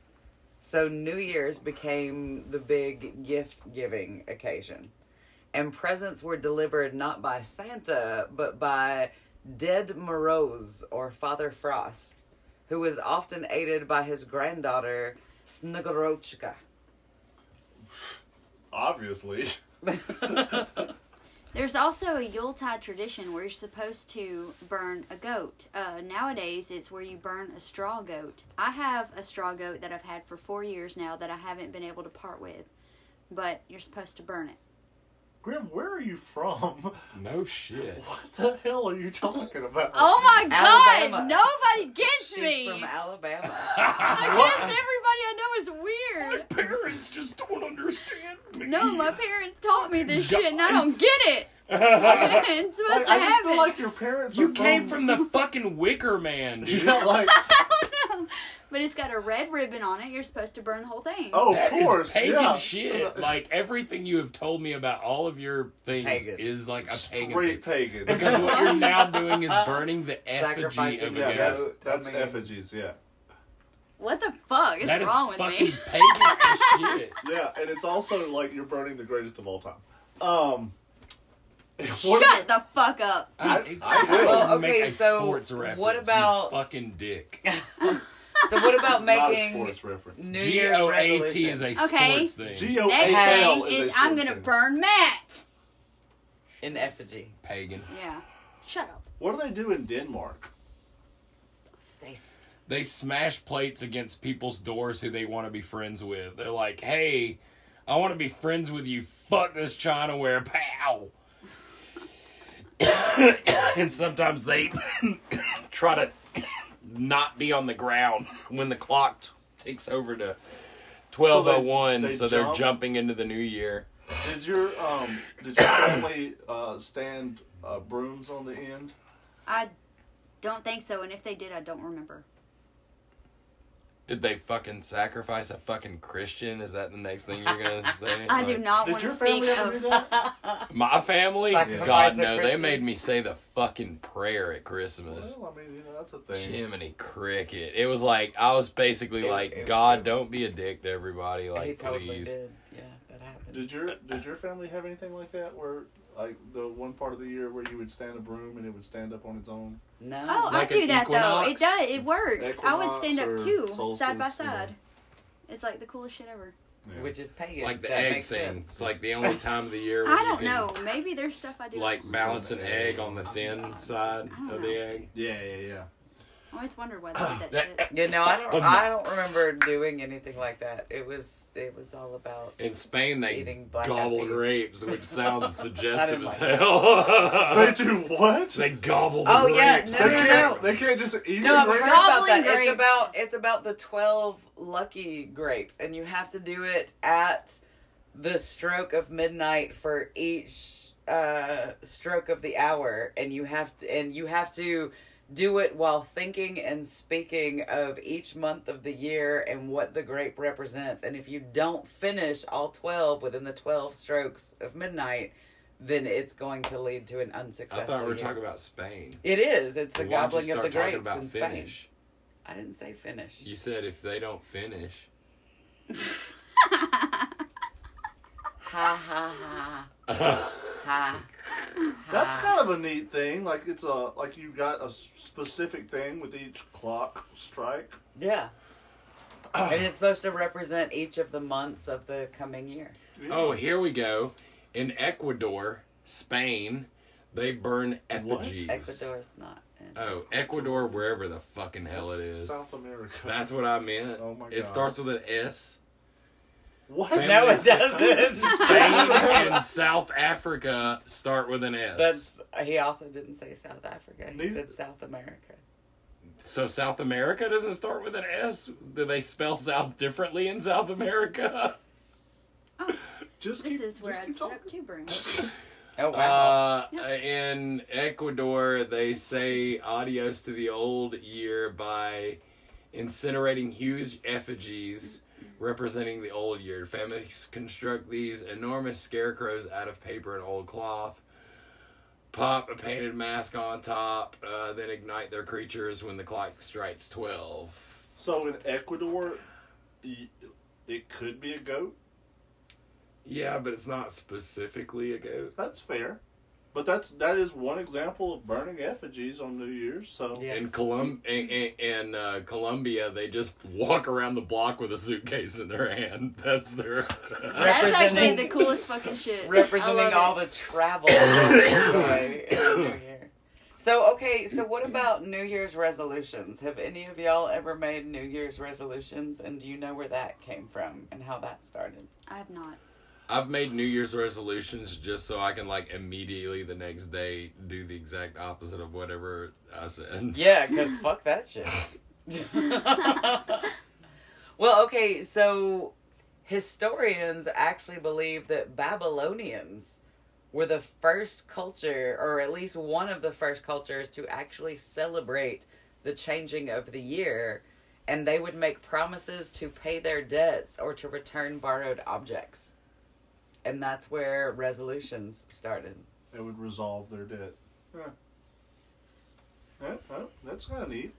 S5: So New Year's became the big gift giving occasion. And presents were delivered not by Santa, but by Dead Moroz or Father Frost, who was often aided by his granddaughter, Snegorochka.
S2: Obviously,
S3: There's also a Yuletide tradition where you're supposed to burn a goat. Uh, nowadays, it's where you burn a straw goat. I have a straw goat that I've had for four years now that I haven't been able to part with, but you're supposed to burn it.
S2: Grim, where are you from?
S4: no shit.
S2: What the hell are you talking about?
S3: Oh my
S5: Alabama.
S3: god! Nobody gets
S5: She's
S3: me!
S5: from Alabama.
S3: I guess everybody I know is weird.
S4: Parents just don't understand me.
S3: No, my parents taught me this shit and I
S4: Guys.
S3: don't get it. I'm supposed
S2: Like,
S3: to
S2: I just
S3: have
S2: feel
S3: it.
S2: like your parents.
S4: You
S2: are
S4: came from the fucking Wicker Man, dude.
S2: Yeah, like
S3: But it's got a red ribbon on it. You're supposed to burn the whole thing.
S2: oh,
S4: That
S2: of
S4: is
S2: course,
S4: pagan
S2: yeah.
S4: shit. Like everything you have told me about all of your things
S5: Pagan.
S4: is like a pagan.
S2: Straight
S4: thing.
S2: pagan.
S4: Because what you're now doing is burning the effigy
S5: Sacrificing
S4: of a
S2: yeah,
S5: the
S4: goat.
S2: that's,
S5: goat.
S2: that's
S5: I mean-
S2: effigies. Yeah,
S3: What the fuck is
S4: That is
S3: wrong with
S4: fucking
S3: me?
S4: pagan as shit.
S2: yeah, and it's also like you're burning the greatest of all time. Um, what about-
S3: Shut the fuck up.
S4: I,
S5: Well,
S4: will make
S5: okay,
S4: a
S5: so
S4: sports reference.
S5: what
S4: you
S5: about-
S4: fucking dick?
S5: so, what about
S2: It's not a
S5: making
S2: sports reference.
S5: New
S4: G
S5: Year's
S4: O A T is
S5: resolutions?
S4: a
S3: Okay.
S4: sports thing.
S2: G O A
S3: Next
S2: L
S3: thing
S2: Oh, is
S3: is I'm gonna
S2: going to
S3: burn Matt.
S5: in effigy.
S4: pagan.
S3: Yeah. Shut up.
S2: What do they do in Denmark?
S5: They s-
S4: They smash plates against people's doors who they want to be friends with. They're like, "Hey, I want to be friends with you. Fuck this Chinaware, pow." and sometimes they try to not be on the ground when the clock t- takes over to
S2: So
S4: twelve
S2: they-
S4: oh one,
S2: they
S4: so they're
S2: jump?
S4: jumping into the new year.
S2: Did your um did your family uh, stand uh, brooms on the end?
S3: I don't think so, and if they did, I don't remember.
S4: Did they fucking sacrifice a fucking Christian? Is that the next thing you're gonna say?
S3: I do
S4: Like,
S3: not
S2: Did
S3: want
S2: your
S3: to speak
S2: family ever do
S3: of.
S2: that?
S4: My family,
S5: Sacrifice
S4: God
S5: a
S4: no, they
S5: Christian.
S4: made me say the fucking prayer at Christmas.
S2: Well, I mean, you know, that's a thing.
S4: Jiminy cricket! It was like I was basically
S5: It-
S4: like,
S5: it
S4: God,
S5: was-
S4: don't be a dick to everybody.
S5: he
S4: Like,
S5: totally
S4: please.
S5: did. Yeah, that happened.
S2: Did your did your family have anything like that where like the one part of the year where you would stand a broom and it would stand up on its own?
S5: no.
S3: Oh,
S4: Like
S3: I
S4: an
S3: do that though. It
S4: equinox?
S3: does.
S4: It's
S3: It works. I would stand up
S2: equinox or
S3: too, side by
S2: solstice, you know.
S3: side. It's like the coolest shit ever.
S2: Yeah.
S5: Which is pagan.
S4: Like the
S5: that
S4: egg
S5: makes
S4: thing.
S5: sense.
S4: It's like the only time of the year. Where
S3: I
S4: you
S3: don't
S4: can,
S3: know. Maybe there's stuff I do. Oh,
S4: Like balance an
S5: Something.
S4: egg on the thin
S3: I
S4: side
S3: don't
S4: of
S3: know.
S4: the egg.
S2: yeah, yeah, yeah.
S3: I always wondered why they did that
S4: That-
S3: shit.
S5: Yeah, no, I
S4: The
S5: don't. I don't
S4: nuts.
S5: remember doing anything like that. It was. It was all about.
S4: In Spain, they
S5: Eating black-eyed
S4: gobble
S5: peas.
S4: grapes, which sounds suggestive as
S5: like
S2: They
S4: hell.
S2: do what?
S4: they gobble the
S5: Oh,
S4: grapes.
S5: yeah, no,
S2: they
S5: no,
S2: can't.
S5: no.
S2: They can't just eat
S5: No,
S2: the
S5: I've heard
S2: grapes?
S5: about
S3: Gobbling
S5: that.
S3: grapes.
S5: It's about. It's about the twelve lucky grapes, and you have to do it at the stroke of midnight for each uh stroke of the hour and you have to and you have to do it while thinking and speaking of each month of the year and what the grape represents. And if you don't finish all 12 within the 12 strokes of midnight, then it's going to lead to an
S4: I
S5: unsuccessful
S4: thought we were
S5: year.
S4: talking about Spain.
S5: It is. It's the
S4: Why don't you
S5: gobbling of the
S4: start talking
S5: grapes
S4: about
S5: in Spain.
S4: finish?
S5: I didn't say finish.
S4: You said if they don't finish.
S5: Ha ha ha ha.
S2: That's kind of a neat thing. Like it's a like you got a s- specific thing with each clock strike.
S5: Yeah.
S4: Ah.
S5: and it's supposed to represent each of the months of the coming year.
S4: oh, here we go. In Ecuador, Spain, they burn
S2: What?
S4: effigies.
S5: Ecuador's not. In.
S4: Oh, Ecuador, wherever the fucking hell
S2: That's
S4: it is.
S2: South America.
S4: That's what I meant.
S2: Oh my
S4: It
S2: God.
S4: starts with an S.
S2: what?
S4: No, it
S5: doesn't.
S4: Spain and South Africa start with an S.
S5: That's he also didn't say South Africa. He
S2: Neither-
S5: said South America.
S4: so South America doesn't start with an S. Do they spell South differently in South America?
S2: Just keep,
S3: This is where
S2: just
S3: I'd
S2: keep
S3: set up
S2: talking.
S3: two brooms.
S5: Oh wow.
S4: Uh, in Ecuador, they say adios to the old year by incinerating huge effigies representing the old year. Families construct these enormous scarecrows out of paper and old cloth. Pop a painted mask on top, uh, then ignite their creatures when the clock strikes 12.
S2: So in Ecuador, y- it could be a goat.
S4: Yeah, but it's not specifically a goat.
S2: That's fair, but that's that is one example of burning effigies on New Year's. So
S5: Yeah.
S4: In, Colum- in, in, in uh, Colombia, they just walk around the block with a suitcase in their hand. That's their.
S3: That's actually
S5: Representing-
S3: the coolest fucking shit. I
S5: Representing
S3: love
S5: all
S3: it.
S5: the travel that they enjoy in the new year. So okay, so what about New Year's resolutions? Have any of y'all ever made New Year's resolutions and do you know where that came from and how that started?
S3: I have not.
S4: I've made New Year's resolutions just so I can like immediately the next day do the exact opposite of whatever I said.
S5: Yeah, because fuck that shit. well, okay, so historians actually believe that Babylonians were the first culture, or at least one of the first cultures, to actually celebrate the changing of the year, and they would make promises to pay their debts or to return borrowed objects. And that's where resolutions started.
S2: it would resolve their debt. Huh. Yeah, well, that's kind of neat.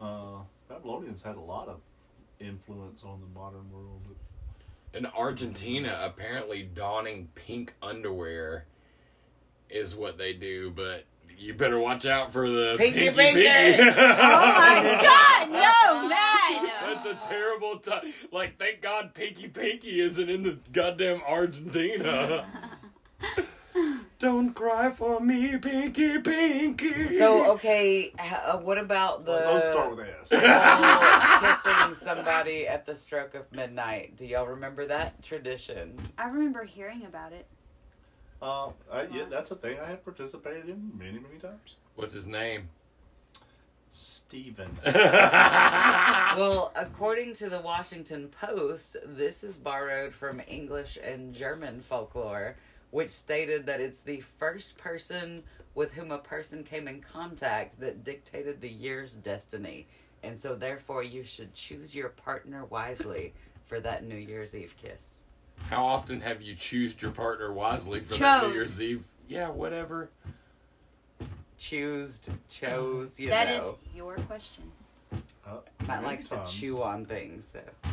S2: Uh, Babylonians had a lot of influence on the modern world.
S4: In Argentina, apparently donning pink underwear is what they do, but you better watch out for the
S5: Pinky
S4: pinky
S5: finger!
S4: pinky.
S3: Oh my god, no, man!
S4: That's a terrible time. Like, thank God Pinky Pinky isn't in the goddamn Argentina. Don't cry for me, Pinky Pinky.
S5: So, okay, h- uh, what about the.
S2: Well, don't start with ass.
S5: people kissing somebody at the stroke of midnight. Do y'all remember that tradition?
S3: I remember hearing about it.
S2: Uh, I,
S3: Uh-huh.
S2: yeah, that's a thing I have participated in many, many times.
S4: What's his name?
S2: Stephen. Uh,
S5: Well, according to the Washington Post, this is borrowed from English and German folklore, which stated that it's the first person with whom a person came in contact that dictated the year's destiny. And so, therefore, you should choose your partner wisely for that New Year's Eve kiss.
S4: How often have you choosed your partner wisely for that New
S3: Chose.
S4: Year's Eve? Yeah, whatever.
S5: Choosed, chose, you
S3: That
S5: know.
S3: is your question.
S2: Uh,
S5: Matt
S2: many
S5: likes
S2: times.
S5: to chew on things, so.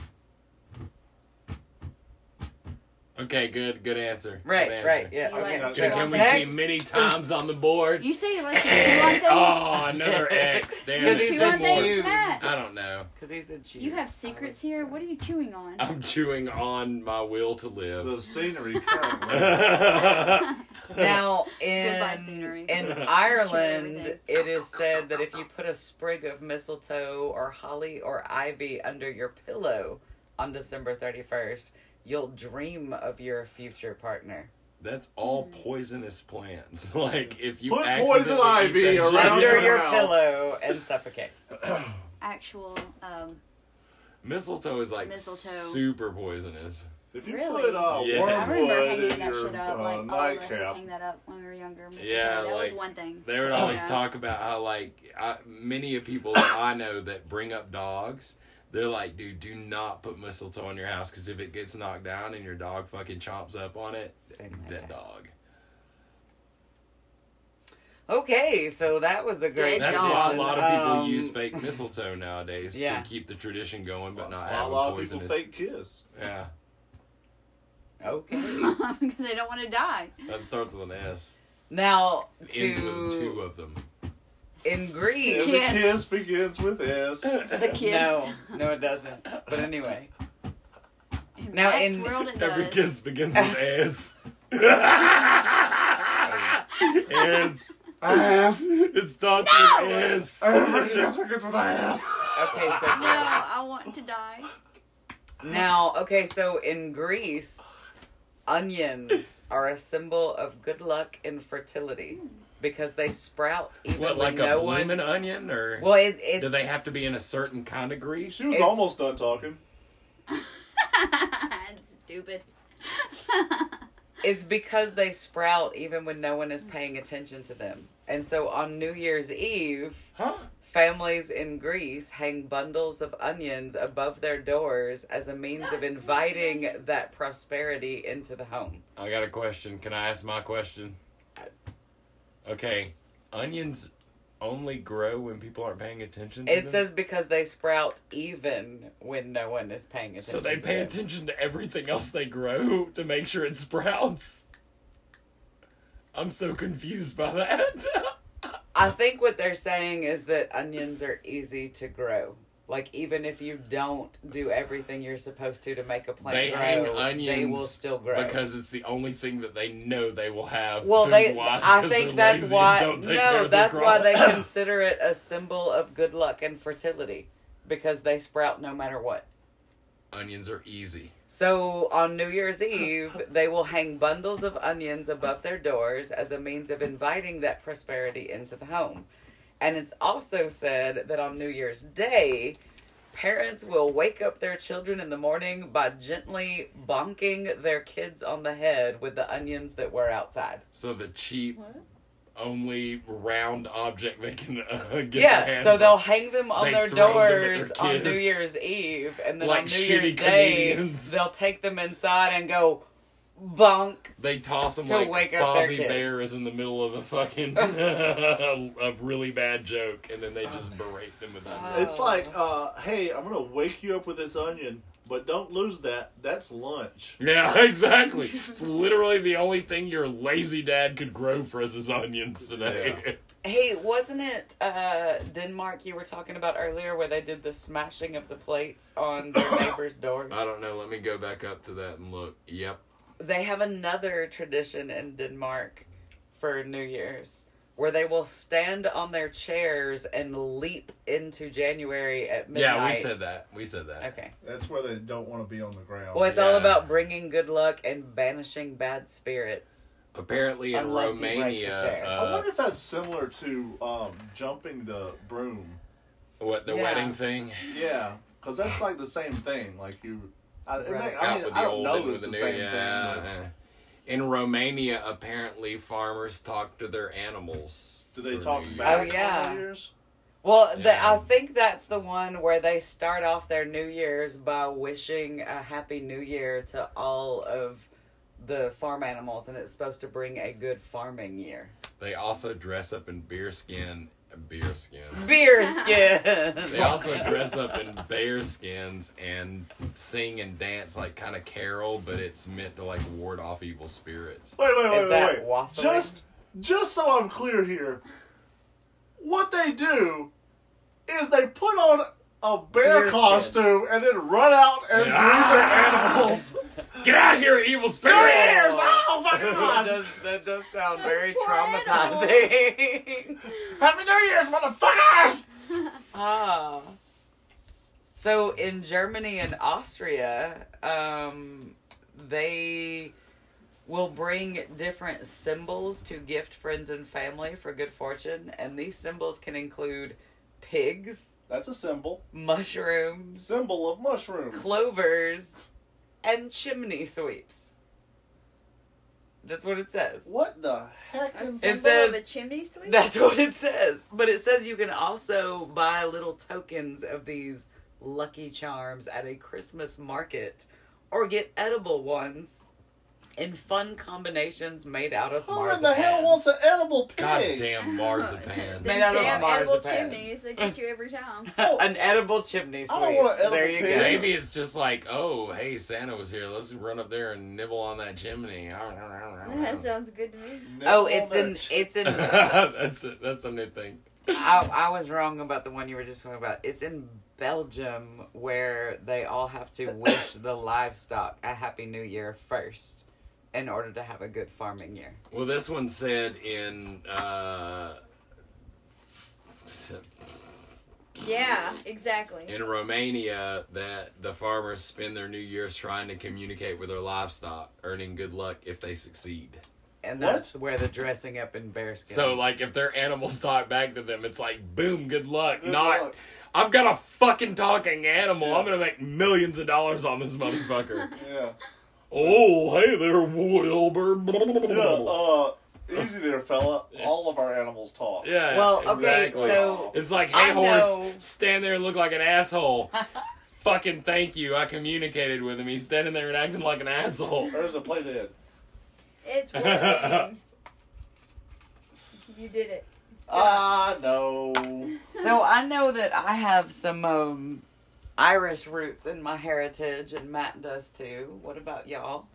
S4: Okay, good, good answer.
S5: Right,
S4: good answer.
S5: right, yeah.
S3: You
S5: okay.
S3: like
S4: Good,
S3: chew
S4: can
S3: on
S4: we
S3: things?
S4: see many times on the board?
S3: You say you like to chew on things?
S4: oh, another X. Damn
S5: Because
S4: it.
S5: he's
S3: chew
S4: Two
S5: like
S3: on
S4: more.
S5: choose.
S3: things, Matt.
S4: I don't know.
S5: Because he said cheese.
S3: You have secrets here. What are you chewing on?
S4: I'm chewing on my will to live.
S2: The scenery currently.
S5: Now in
S3: Goodbye, scenery.
S5: in
S3: everything.
S5: Ireland, it is said that if you put a sprig of mistletoe or holly or ivy under your pillow on December thirty first, you'll dream of your future partner.
S4: That's all poisonous plants. Like if you
S2: Put poison
S4: accidentally eat
S2: ivy
S4: that shit-
S2: around
S5: Under
S2: your
S5: your
S2: mouth.
S5: pillow and suffocate.
S3: Actual, um,
S4: mistletoe is like
S3: Mistletoe.
S4: super poisonous.
S2: If you
S3: Really?
S2: put uh,
S3: I
S4: Yeah.
S3: remember
S2: wormwood
S3: hanging
S2: in
S3: that
S2: your
S3: shit up.
S2: uh,
S3: Like all of us would
S2: nightcap,
S3: hang that up when we were younger. Mr.
S4: Yeah,
S3: Ted, that was
S4: like,
S3: one thing.
S4: They would always
S3: Oh, Yeah.
S4: talk about how like I, many of people that I know that bring up dogs. They're like, dude, do not put mistletoe on your house because if it gets knocked down and your dog fucking chomps up on it, dead dog.
S5: Okay, so that was a great.
S3: Dead
S4: That's
S3: dog.
S4: why a
S5: tradition.
S4: lot of people
S5: Um,
S4: use fake mistletoe nowadays
S5: Yeah.
S4: to keep the tradition going, but
S2: that's why
S4: not
S2: a
S4: have
S2: lot
S4: a
S2: of people
S4: poisonous.
S2: fake kiss.
S4: Yeah,
S5: Okay.
S3: because they don't want to die.
S4: that starts with an S.
S5: Now
S4: Ends with two
S5: to
S4: of them.
S5: in Greece.
S2: Every
S3: Kiss.
S2: kiss begins with S.
S3: It's a kiss.
S5: No, no, it doesn't. But anyway,
S3: In
S5: Now
S3: Rat's
S5: in-
S3: world, it does.
S4: Every kiss begins with S. S.
S2: Ass.
S4: It starts
S3: No!
S4: with S.
S2: Every kiss begins with ass.
S5: okay, so
S3: No, I want to die.
S5: Now, okay, so in Greece, onions are a symbol of good luck and fertility because they sprout even
S4: What, like
S5: when no
S4: a
S5: one.
S4: blooming onion, or
S5: Well, it, it's
S4: do they have to be in a certain kind of grease?
S2: She was
S5: It's-
S2: almost done talking.
S3: Stupid.
S5: it's because they sprout even when no one is paying attention to them. And so on New Year's Eve,
S4: Huh?
S5: families in Greece hang bundles of onions above their doors as a means of inviting that prosperity into the home.
S4: I got a question. Can I ask my question? Okay, onions only grow when people aren't paying attention. To
S5: It
S4: them?
S5: says because they sprout even when no one is paying attention.
S4: so they
S5: to
S4: pay
S5: them.
S4: attention to everything else they grow to make sure it sprouts. I'm so confused by that.
S5: I think what they're saying is that onions are easy to grow. Like even if you don't do everything you're supposed to to make a plant
S4: they
S5: grow,
S4: hang
S5: they
S4: onions
S5: will still grow.
S4: because it's the only thing that they know they will have.
S5: well, they
S4: food-wise
S5: I
S4: 'cause
S5: think
S4: they're
S5: that's
S4: lazy and
S5: why
S4: don't take care
S5: no,
S4: of their
S5: that's why they
S4: crops.
S5: consider it a symbol of good luck and fertility because they sprout no matter what.
S4: onions are easy.
S5: So on New Year's Eve, they will hang bundles of onions above their doors as a means of inviting that prosperity into the home. And it's also said that on New Year's Day, parents will wake up their children in the morning by gently bonking their kids on the head with the onions that were outside.
S4: So the cheap, only round object they can uh, get. their
S5: yeah,
S4: hands
S5: so they'll
S4: on.
S5: hang them on
S4: They
S5: their
S4: throw them at their
S5: doors on
S4: kids.
S5: New Year's Eve, and then
S4: Like
S5: on New
S4: shitty
S5: Year's Day,
S4: comedians.
S5: they'll take them inside and go bonk
S4: They toss them
S5: To
S4: like
S5: wake up their
S4: Fozzie
S5: kids.
S4: Bear is in the middle of a fucking a really bad joke, and then they just berate them with onions.
S2: It's like, uh, hey, I'm gonna wake you up with this onion, but don't lose that. That's lunch.
S4: Yeah, exactly. It's literally the only thing your lazy dad could grow for us is onions today.
S5: Hey, wasn't it uh, Denmark you were talking about earlier where they did the smashing of the plates on their neighbors' doors?
S4: I don't know. Let me go back up to that and look. Yep.
S5: They have another tradition in Denmark for New Year's where they will stand on their chairs and leap into January at midnight.
S4: Yeah, we said that. We said that.
S5: Okay.
S2: That's where they don't want to be on the ground.
S5: Well, it's all
S4: Yeah.
S5: about bringing good luck and banishing bad spirits.
S4: Apparently in
S5: Unless you break the
S4: Romania,
S5: chair.
S2: I
S4: uh,
S2: wonder if that's similar to um, jumping the broom.
S4: what the
S5: Yeah.
S4: wedding thing?
S2: Yeah, because that's like the same thing. Like you, I, it may-
S5: Right.
S2: I,
S4: out
S2: mean,
S4: with
S2: I
S4: the
S2: don't
S4: old
S2: know
S4: and
S2: that it's
S4: with
S2: the,
S4: the new.
S2: same
S4: yeah.
S2: thing.
S4: uh, In Romania, apparently farmers talk to their animals.
S2: But do they
S4: for
S2: talk
S4: New
S2: back?
S5: Oh, yeah.
S2: on New Year's?
S5: Well, the,
S4: Yeah.
S5: I think that's the one where they start off their New Year's by wishing a Happy New Year to all of the farm animals, and it's supposed to bring a good farming year.
S4: They also dress up in beer skin, beer skin.
S5: Beer skin!
S4: They also dress up in bear skins and sing and dance like kind of carol, but it's meant to like ward off evil spirits.
S2: Wait, wait, wait,
S5: Is
S2: wait,
S5: that
S2: wait.
S5: wassailing?
S2: Just, just so I'm clear here, what they do is they put on a bear
S5: Bear skin.
S2: costume and then run out and
S4: Yeah.
S2: breed the animals.
S4: Get out of here, evil spirits!
S2: Oh my
S5: that,
S2: God!
S5: does, that does sound very
S3: poor
S5: traumatizing.
S2: Happy New Year's, motherfuckers!
S5: ah. So in Germany and Austria, um, they will bring different symbols to gift friends and family for good fortune, and these symbols can include pigs,
S2: That's a symbol.
S5: mushrooms,
S2: Symbol of mushroom.
S5: clovers, and chimney sweeps. That's what it says.
S2: What the heck?
S3: A
S2: in-
S3: symbol
S5: says-
S3: of a chimney sweep.
S5: That's what it says. But it says you can also buy little tokens of these lucky charms at a Christmas market or get edible ones in fun combinations made out of
S2: Who in
S5: marzipan.
S2: the hell wants an edible pig?
S4: Goddamn
S3: Them
S4: marzipan.
S5: Made out of
S3: damn
S5: marzipan.
S3: edible chimneys. They get you every time.
S2: Oh,
S5: An edible chimney sweep.
S2: I don't want an edible
S5: there you
S2: pig.
S5: go.
S4: Maybe it's just like, oh, hey, Santa was here. Let's run up there and nibble on that chimney.
S3: That
S4: that's,
S3: sounds good to me.
S2: nibble
S5: Oh, it's
S2: on
S5: in
S2: that
S5: it's in.
S4: that's a, that's a new thing.
S5: I, I was wrong about the one you were just talking about. It's in Belgium where they all have to wish the livestock a happy new year first in order to have a good farming year.
S4: Well, this one said in. Uh,
S3: Yeah, exactly.
S4: in Romania, that the farmers spend their New Year's trying to communicate with their livestock, earning good luck if they succeed.
S5: And
S2: What?
S5: that's where the dressing up in bear skins.
S4: So, like, if their animals talk back to them, it's like, boom, good luck.
S2: Good
S4: Not,
S2: luck.
S4: I've got a fucking talking animal.
S2: Yeah.
S4: I'm gonna make millions of dollars on this motherfucker.
S2: Yeah.
S4: oh, hey there, Wilbur.
S2: Yeah, uh, easy there, fella. All of our animals talk.
S4: yeah.
S5: Well, okay,
S4: exactly.
S5: so
S4: it's like,
S5: I
S4: hey, horse,
S5: know-
S4: stand there and look like an asshole. Fucking thank you. I communicated with him. He's standing there and acting like an asshole.
S2: There's a play dead.
S3: It's working. you did it.
S2: Ah, no.
S5: So I know that I have some um, Irish roots in my heritage, and Matt does too. What about y'all?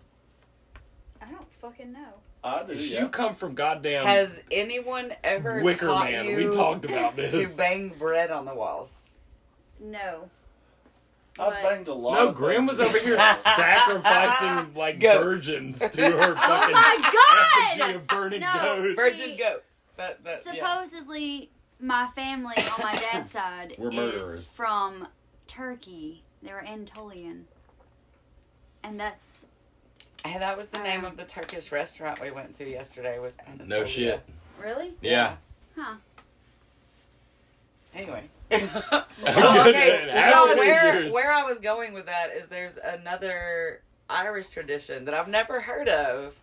S3: I don't fucking know.
S2: I do.
S4: You
S2: Yeah.
S4: come from goddamn
S5: Has anyone ever
S4: Um, Wicker
S5: taught
S4: Man.
S5: you
S4: We talked about
S5: to
S4: this.
S5: bang bread on the walls?
S3: No.
S2: I've banged a lot.
S4: No,
S2: of
S4: Grim
S2: things.
S4: was over here sacrificing like
S5: Goats.
S4: virgins to her fucking
S3: Oh my
S4: effigy
S3: god!
S4: of burning
S3: No.
S4: goats.
S5: Virgin
S3: See,
S5: goats. That, that, yeah.
S3: Supposedly, my family on my dad's side
S4: We're
S3: is
S4: murderers.
S3: from Turkey. They're Anatolian, and that's
S5: And that was the name of the Turkish restaurant we went to yesterday. Was Anatolia.
S4: No shit.
S3: really
S4: Yeah.
S3: huh.
S5: Anyway. Oh,
S4: Well,
S5: okay.
S4: How
S5: so
S4: many
S5: where,
S4: years?
S5: where I was going with that is there's another Irish tradition that I've never heard of,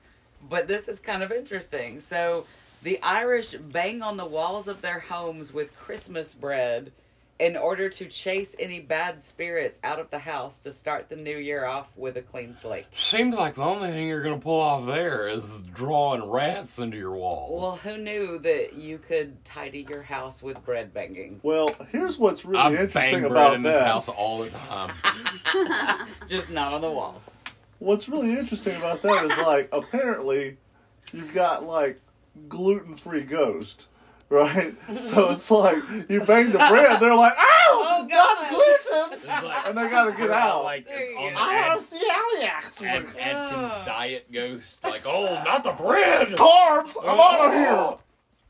S5: but this is kind of interesting. So the Irish bang on the walls of their homes with Christmas bread in order to chase any bad spirits out of the house to start the new year off with a clean slate.
S4: Seems like the only thing you're gonna pull off there is drawing rats into your walls.
S5: Well, who knew that you could tidy your house with bread banging?
S2: Well, here's what's really
S4: I
S2: interesting
S4: bang bread
S2: about
S4: in
S2: that.
S4: this house all the time.
S5: Just not on the walls.
S2: What's really interesting about that is like apparently you've got like gluten free ghost, right? So it's like you bang the bread, they're like, oh,
S5: Oh, God.
S2: that's gluten,
S4: like-
S2: and they gotta get out.
S4: Like
S5: There you
S4: on
S5: go.
S4: the
S2: I have E
S4: Ad-
S2: celiac.
S4: Ad- Atkins diet ghost. Like, oh, not the bread.
S2: Carbs, I'm
S4: Oh.
S2: out of here.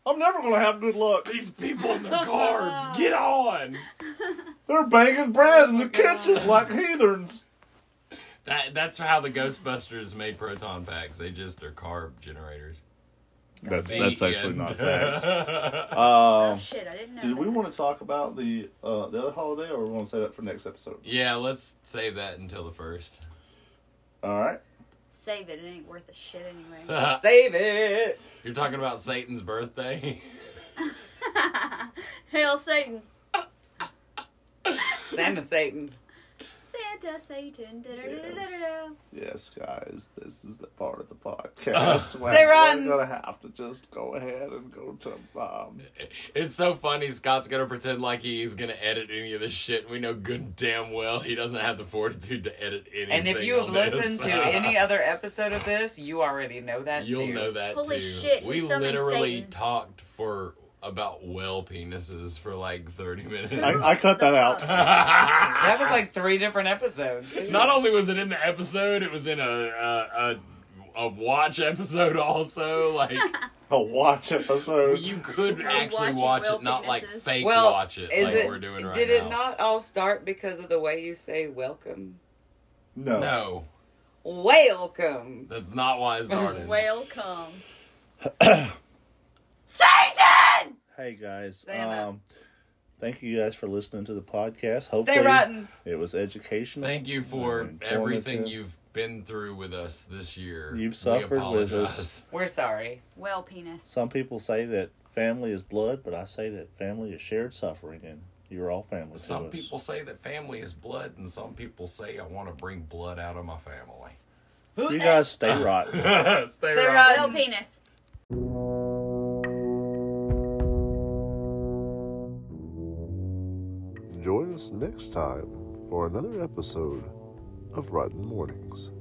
S2: I'm never gonna have good luck.
S4: These people and their carbs. Get on.
S2: They're banging bread in the kitchen like heathens.
S4: That that's how the Ghostbusters made proton packs. They just are carb generators.
S2: That's
S4: The end.
S3: oh
S2: Um,
S3: shit! I didn't know.
S2: did we
S3: that.
S2: want to talk about the uh, the other holiday, or we want to say that for next episode?
S4: yeah, let's save that until the first.
S2: All right.
S3: Save it. It ain't worth a shit anyway.
S4: You're
S5: Save it.
S4: talking about Satan's birthday.
S3: Hail Satan!
S5: Santa Satan.
S3: Santa Satan! Da-da-da-da-da-da.
S2: Yes, guys, this is the part of the podcast where
S5: Stay
S2: we're
S5: rotten.
S2: gonna have to just go ahead and go to um.
S4: It's so funny. Scott's gonna pretend like he's gonna edit any of this shit. We know good and damn well he doesn't have the fortitude to edit anything.
S5: And if you have
S4: on this.
S5: listened to any other episode of this, you already know that
S4: you'll
S5: too.
S4: know that
S3: Holy
S4: too.
S3: shit,
S4: we
S3: we summoned
S4: literally
S3: Satan.
S4: talked for about well penises for like thirty minutes.
S2: I, I cut that out.
S5: That was like three different episodes. too.
S4: Not only was it in the episode, it was in a a, a, a watch episode also. Like
S2: A watch episode.
S4: you could
S3: We're
S4: actually
S3: watching
S4: watch
S3: Will
S4: it, not like
S3: Penises.
S4: fake
S5: well,
S4: watch it
S5: is
S4: like
S5: it,
S4: we're doing right
S5: did
S4: now.
S5: it not all start because of the way you say welcome?
S2: No.
S4: No,
S5: Welcome.
S4: that's not why it started.
S3: Welcome.
S2: Hey guys,
S5: Santa.
S2: um, thank you guys for listening to the podcast. Hopefully,
S5: Stay rotten.
S2: it was educational.
S4: Thank you for
S2: Informative.
S4: everything you've been through with us this year.
S2: You've
S4: we
S2: suffered with us.
S4: apologize.
S5: We're sorry.
S3: Well, penis.
S2: Some people say that family is blood, but I say that family is shared suffering, and you're all family to
S4: Some
S2: us.
S4: people say that family is blood, and some people say I want to bring blood out of my family.
S2: You guys stay right.
S4: Stay,
S5: They're
S4: right.
S3: Well, penis.
S6: Join us next time for another episode of Rotten Mornings.